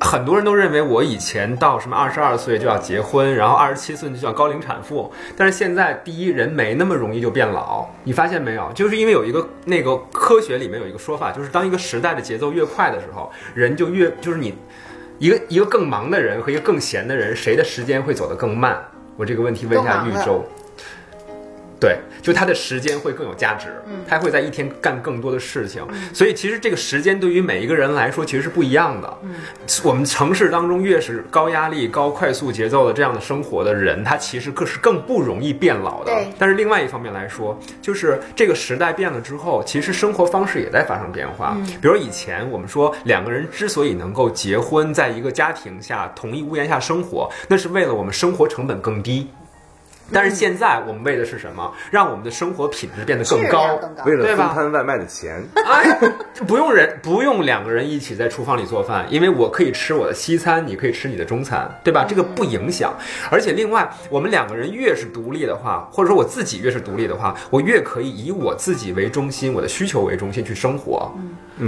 [SPEAKER 4] 很多人都认为我以前到什么二十二岁就要结婚，然后二十七岁就叫高龄产妇。但是现在，第一人没那么容易就变老，你发现没有？就是因为有一个那个科学里面有一个说法，就是当一个时代的节奏越快的时候，人就越就是你一个一个更忙的人和一个更闲的人，谁的时间会走得更慢？我这个问题问一
[SPEAKER 5] 更
[SPEAKER 4] 下
[SPEAKER 5] 忙
[SPEAKER 4] 绿
[SPEAKER 5] 了
[SPEAKER 4] 洲。对，就他的时间会更有价值，
[SPEAKER 5] 嗯
[SPEAKER 4] 他会在一天干更多的事情，所以其实这个时间对于每一个人来说其实是不一样的。
[SPEAKER 5] 嗯
[SPEAKER 4] 我们城市当中越是高压力、高快速节奏的这样的生活的人，他其实更是更不容易变老的
[SPEAKER 5] 对。
[SPEAKER 4] 但是另外一方面来说，就是这个时代变了之后，其实生活方式也在发生变化。
[SPEAKER 5] 嗯
[SPEAKER 4] 比如以前我们说两个人之所以能够结婚，在一个家庭下同一屋檐下生活，那是为了我们生活成本更低。但
[SPEAKER 5] 嗯
[SPEAKER 4] 是现在我们为的是什么？让我们的生活品质变得
[SPEAKER 5] 质
[SPEAKER 4] 更
[SPEAKER 5] 量
[SPEAKER 4] 高。
[SPEAKER 5] 更高
[SPEAKER 1] 为了
[SPEAKER 4] 对
[SPEAKER 1] 分
[SPEAKER 4] 吧
[SPEAKER 1] 摊外卖的钱，
[SPEAKER 4] 哎，不用人，不用两个人一起在厨房里做饭，因为我可以吃我的西餐，你可以吃你的中餐，对吧？这个不影响。而且另外，我们两个人越是独立的话，或者说我自己越是独立的话，我越可以以我自己为中心，我的需求为中心去生活。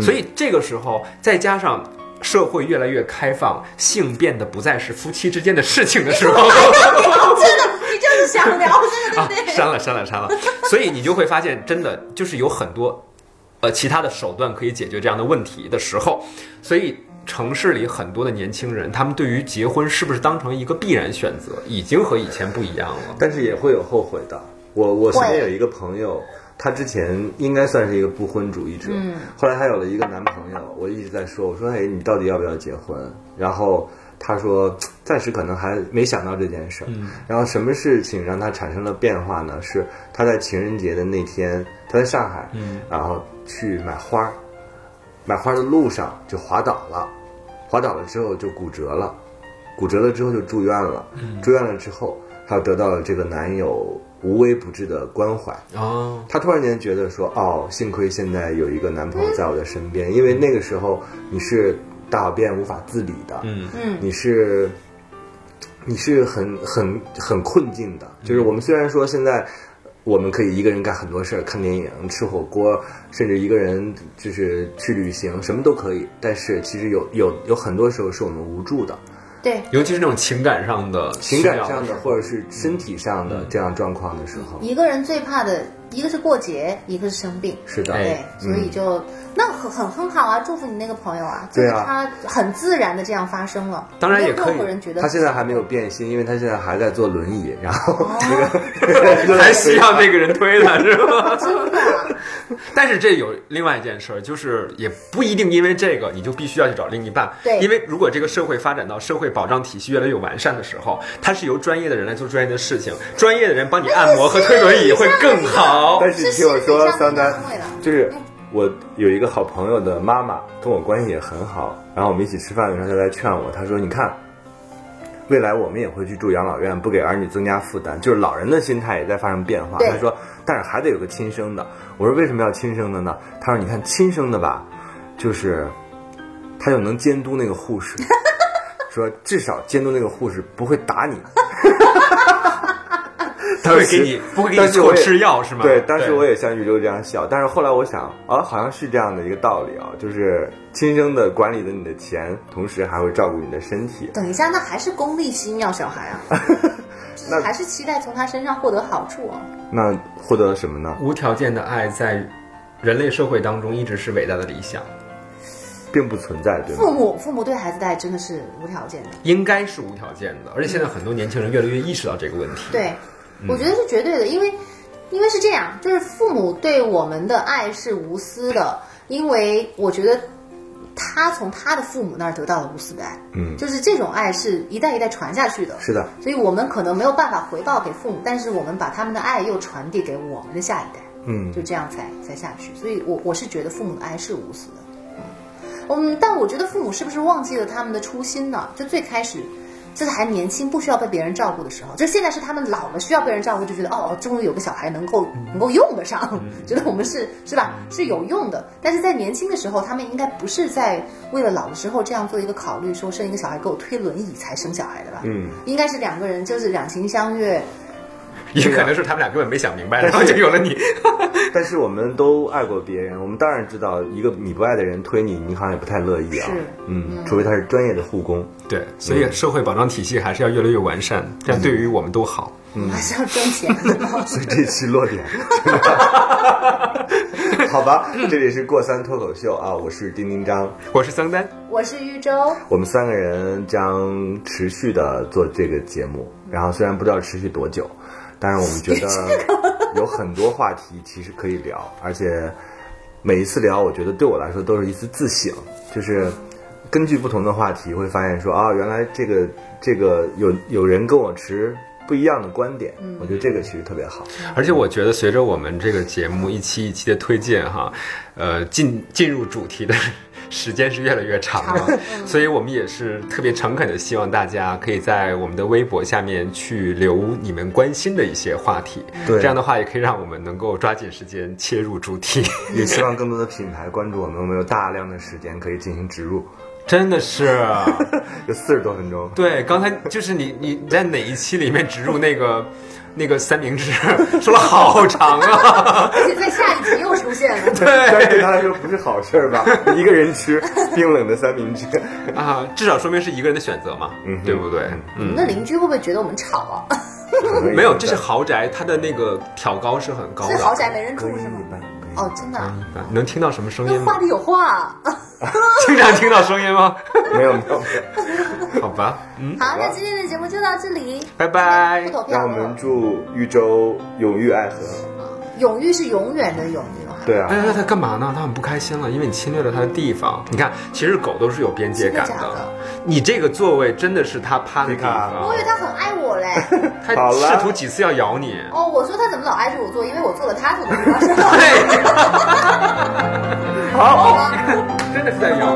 [SPEAKER 4] 所以这个时候，再加上。社会越来越开放，性变得不再是夫妻之间的事情的时候，
[SPEAKER 5] 真
[SPEAKER 4] [LAUGHS]
[SPEAKER 5] 的， [LAUGHS] 你就是想聊，真的对
[SPEAKER 4] 啊
[SPEAKER 5] 不对？，
[SPEAKER 4] 删了删了删了，所以你就会发现，真的就是有很多，呃，其他的手段可以解决这样的问题的时候，所以城市里很多的年轻人，他们对于结婚是不是当成一个必然选择，已经和以前不一样了。
[SPEAKER 1] 但是也会有后悔的。我我身边
[SPEAKER 5] 会
[SPEAKER 1] 有一个朋友，她之前应该算是一个不婚主义者，后来她有了一个男朋友，我一直在说，我说哎，你到底要不要结婚？然后她说嘖暂时可能还没想到这件事儿。然后什么事情让她产生了变化呢？是她在情人节的那天，她在上海，然后去买花儿，买花儿的路上就滑倒了，滑倒了之后就骨折了。骨折了之后就住院了，住院了之后，她得到了这个男友无微不至的关怀。
[SPEAKER 4] 哦，
[SPEAKER 1] 她突然间觉得说，哦，幸亏现在有一个男朋友在我的身边，因为那个时候你是大小便无法自理的，
[SPEAKER 4] 嗯
[SPEAKER 5] 嗯，
[SPEAKER 1] 你是你是很很很困境的。就是我们虽然说现在我们可以一个人干很多事儿，看电影、吃火锅，甚至一个人就是去旅行，什么都可以，但是其实有有有很多时候是我们无助的。
[SPEAKER 5] 对。
[SPEAKER 4] 尤其是那种情感上的
[SPEAKER 1] 情
[SPEAKER 4] 需要
[SPEAKER 1] 感上的嗯或者是身体上的这样状况的时候，
[SPEAKER 5] 一个人最怕的一个是过节，一个是生病，
[SPEAKER 1] 是的，
[SPEAKER 5] 对，所以就、那很很很好啊，祝福你那个朋友啊，就是
[SPEAKER 1] 对啊
[SPEAKER 5] 他很自然的这样发生了，
[SPEAKER 4] 当然也可
[SPEAKER 5] 没
[SPEAKER 4] 以
[SPEAKER 5] 有任何人觉得
[SPEAKER 1] 他现在还没有变心，因为他现在还在坐轮椅，然后 [LAUGHS]
[SPEAKER 4] 还需要那个人推他是吧？
[SPEAKER 5] 真的啊，
[SPEAKER 4] [LAUGHS] 但是这有另外一件事儿，就是也不一定因为这个你就必须要去找另一半。
[SPEAKER 5] 对
[SPEAKER 4] 因为如果这个社会发展到社会保障体系越来越完善的时候，它是由专业的人来做专业的事情，专业的人帮你按摩和推轮椅会更好。
[SPEAKER 1] 但是你听我
[SPEAKER 5] 是
[SPEAKER 1] 说
[SPEAKER 5] 是，是
[SPEAKER 1] 桑丹
[SPEAKER 5] 这样会了
[SPEAKER 1] 就是我有一个好朋友的妈妈跟我关系也很好，然后我们一起吃饭的时候，她在劝我，她说：“你看，未来我们也会去住养老院，不给儿女增加负担。”就是老人的心态也在发生变化。
[SPEAKER 5] 对
[SPEAKER 1] 她说：“但是还得有个亲生的。”我说：“为什么要亲生的呢？”她说：“你看亲生的吧，就是他就能监督那个护士。”说至少监督那个护士不会打你。
[SPEAKER 4] 不会给你不会给你
[SPEAKER 1] 当时我
[SPEAKER 4] 错
[SPEAKER 1] 也
[SPEAKER 4] 吃药是吗？
[SPEAKER 1] 对，当时我也像宇宙这样想，但是后来我想，啊，好像是这样的一个道理啊，就是亲生的管理着你的钱，同时还会照顾你的身体。
[SPEAKER 5] 等一下，那还是功利心要小孩啊，就是还是期待从他身上获得好处啊。
[SPEAKER 1] 那获得了什么呢？
[SPEAKER 4] 无条件的爱在人类社会当中一直是伟大的理想，
[SPEAKER 1] 并不存在，对
[SPEAKER 5] 父
[SPEAKER 1] 吗？
[SPEAKER 5] 母父母对孩子的爱真的是无条件的，
[SPEAKER 4] 应该是无条件的。而且现在很多年轻人越来越意识到这个问题。
[SPEAKER 5] 对，
[SPEAKER 1] 嗯
[SPEAKER 5] 我觉得是绝对的，因为因为是这样，就是父母对我们的爱是无私的，因为我觉得他从他的父母那儿得到了无私的爱，
[SPEAKER 1] 嗯
[SPEAKER 5] 就是这种爱是一代一代传下去的，
[SPEAKER 1] 是的，
[SPEAKER 5] 所以我们可能没有办法回报给父母，但是我们把他们的爱又传递给我们的下一代，
[SPEAKER 1] 嗯
[SPEAKER 5] 就这样才才下去。所以我我是觉得父母的爱是无私的，嗯，嗯，但我觉得父母是不是忘记了他们的初心呢？就最开始。就是还年轻，不需要被别人照顾的时候，就现在是他们老了需要被人照顾，就觉得哦，终于有个小孩能够
[SPEAKER 1] 嗯
[SPEAKER 5] 能够用得上， [LAUGHS] 觉得我们是是吧是有用的。但是在年轻的时候，他们应该不是在为了老了之后这样做一个考虑，说生一个小孩给我推轮椅才生小孩的吧？
[SPEAKER 1] 嗯，
[SPEAKER 5] 应该是两个人就是两情相悦，
[SPEAKER 4] 也可能是他们俩根本没想明 [LAUGHS] 白，然后就有了你。
[SPEAKER 1] 但是我们都爱过别人，我们当然知道，一个你不爱的人推你，你好像也不太乐意啊
[SPEAKER 5] 是。
[SPEAKER 1] 嗯，除非他是专业的护工。 [LAUGHS]
[SPEAKER 4] 对，所以社会保障体系还是要越来越完善，这样对于我们都好。 [LAUGHS]
[SPEAKER 1] 嗯
[SPEAKER 5] 我们还是要挣钱的。
[SPEAKER 1] [LAUGHS] 所以这期落点，好
[SPEAKER 5] [LAUGHS]
[SPEAKER 1] 吧，这里是过三脱口秀啊，我是丁丁张，
[SPEAKER 4] 我是桑丹，
[SPEAKER 5] 我是玉州，
[SPEAKER 1] 我们三个人将持续的做这个节目，然后虽然不知道持续多久，但是我们觉得有很多话题其实可以聊，而且每一次聊，我觉得对我来说都是一次自省，就是根据不同的话题会发现说啊，原来这个这个有有人跟我持不一样的观点，我觉得这个其实特别好。
[SPEAKER 4] 而且我觉得随着我们这个节目一期一期的推进哈，呃，进进入主题的时间是越来越长 [LAUGHS] 了，所以我们也是特别诚恳的希望大家可以在我们的微博下面去留你们关心的一些话题，
[SPEAKER 1] 对
[SPEAKER 4] 这样的话也可以让我们能够抓紧时间切入主题。
[SPEAKER 1] 也希望更多的品牌关注我们，我们有大量的时间可以进行植入，
[SPEAKER 4] 真的是，啊 [LAUGHS]
[SPEAKER 1] 有四十多分钟。
[SPEAKER 4] 对，刚才就是你你在哪一期里面植入那个 [LAUGHS] 那个三明治， [LAUGHS] 说了好长啊， [LAUGHS]
[SPEAKER 5] 而且在下一集又出现了。
[SPEAKER 1] 但是对他来说不是好事儿吧？一个人吃冰冷的三明治，
[SPEAKER 4] 啊，至少说明是一个人的选择嘛，
[SPEAKER 1] 嗯哼
[SPEAKER 4] 对不对？嗯。
[SPEAKER 5] 那邻居会不会觉得我们吵啊？ [LAUGHS]
[SPEAKER 1] 可能
[SPEAKER 4] 没有，这是豪宅，它的那个挑高是很高
[SPEAKER 5] 这
[SPEAKER 4] 的。
[SPEAKER 5] 豪宅没人
[SPEAKER 1] 哦可
[SPEAKER 5] 住
[SPEAKER 1] 以
[SPEAKER 5] 是
[SPEAKER 1] 一
[SPEAKER 5] 吗
[SPEAKER 1] 半？，可以
[SPEAKER 5] 哦，真的啊，
[SPEAKER 4] 啊能听到什么声音
[SPEAKER 5] 那
[SPEAKER 4] 吗
[SPEAKER 5] 话？里有话。
[SPEAKER 4] [LAUGHS]
[SPEAKER 5] 啊
[SPEAKER 4] 经常听到声音吗？
[SPEAKER 1] 没有没有，没有
[SPEAKER 4] 好吧，嗯，
[SPEAKER 5] [LAUGHS] 好，那今天的节目就到这里，
[SPEAKER 4] 拜拜
[SPEAKER 5] 不。投票
[SPEAKER 1] 让我
[SPEAKER 5] 了
[SPEAKER 1] 们。祝豫州永浴爱河。
[SPEAKER 5] 永浴是永远的永浴啊。
[SPEAKER 1] 对
[SPEAKER 4] 哎，
[SPEAKER 1] 啊，
[SPEAKER 4] 那它干嘛呢？它很不开心了，因为你侵略了它的地方。你看，其实狗都是有边界感
[SPEAKER 5] 真的假的
[SPEAKER 4] 你这个座位真的是它趴的地
[SPEAKER 5] 我
[SPEAKER 4] 方
[SPEAKER 5] 以，为他很爱我嘞。
[SPEAKER 4] 它
[SPEAKER 1] 好了
[SPEAKER 4] 试图几次要咬你。
[SPEAKER 5] 哦，我说他怎么老挨着我做，因为我做了他做
[SPEAKER 4] [LAUGHS]
[SPEAKER 5] 的地方。 [LAUGHS]
[SPEAKER 4] 对，好，真的是在咬。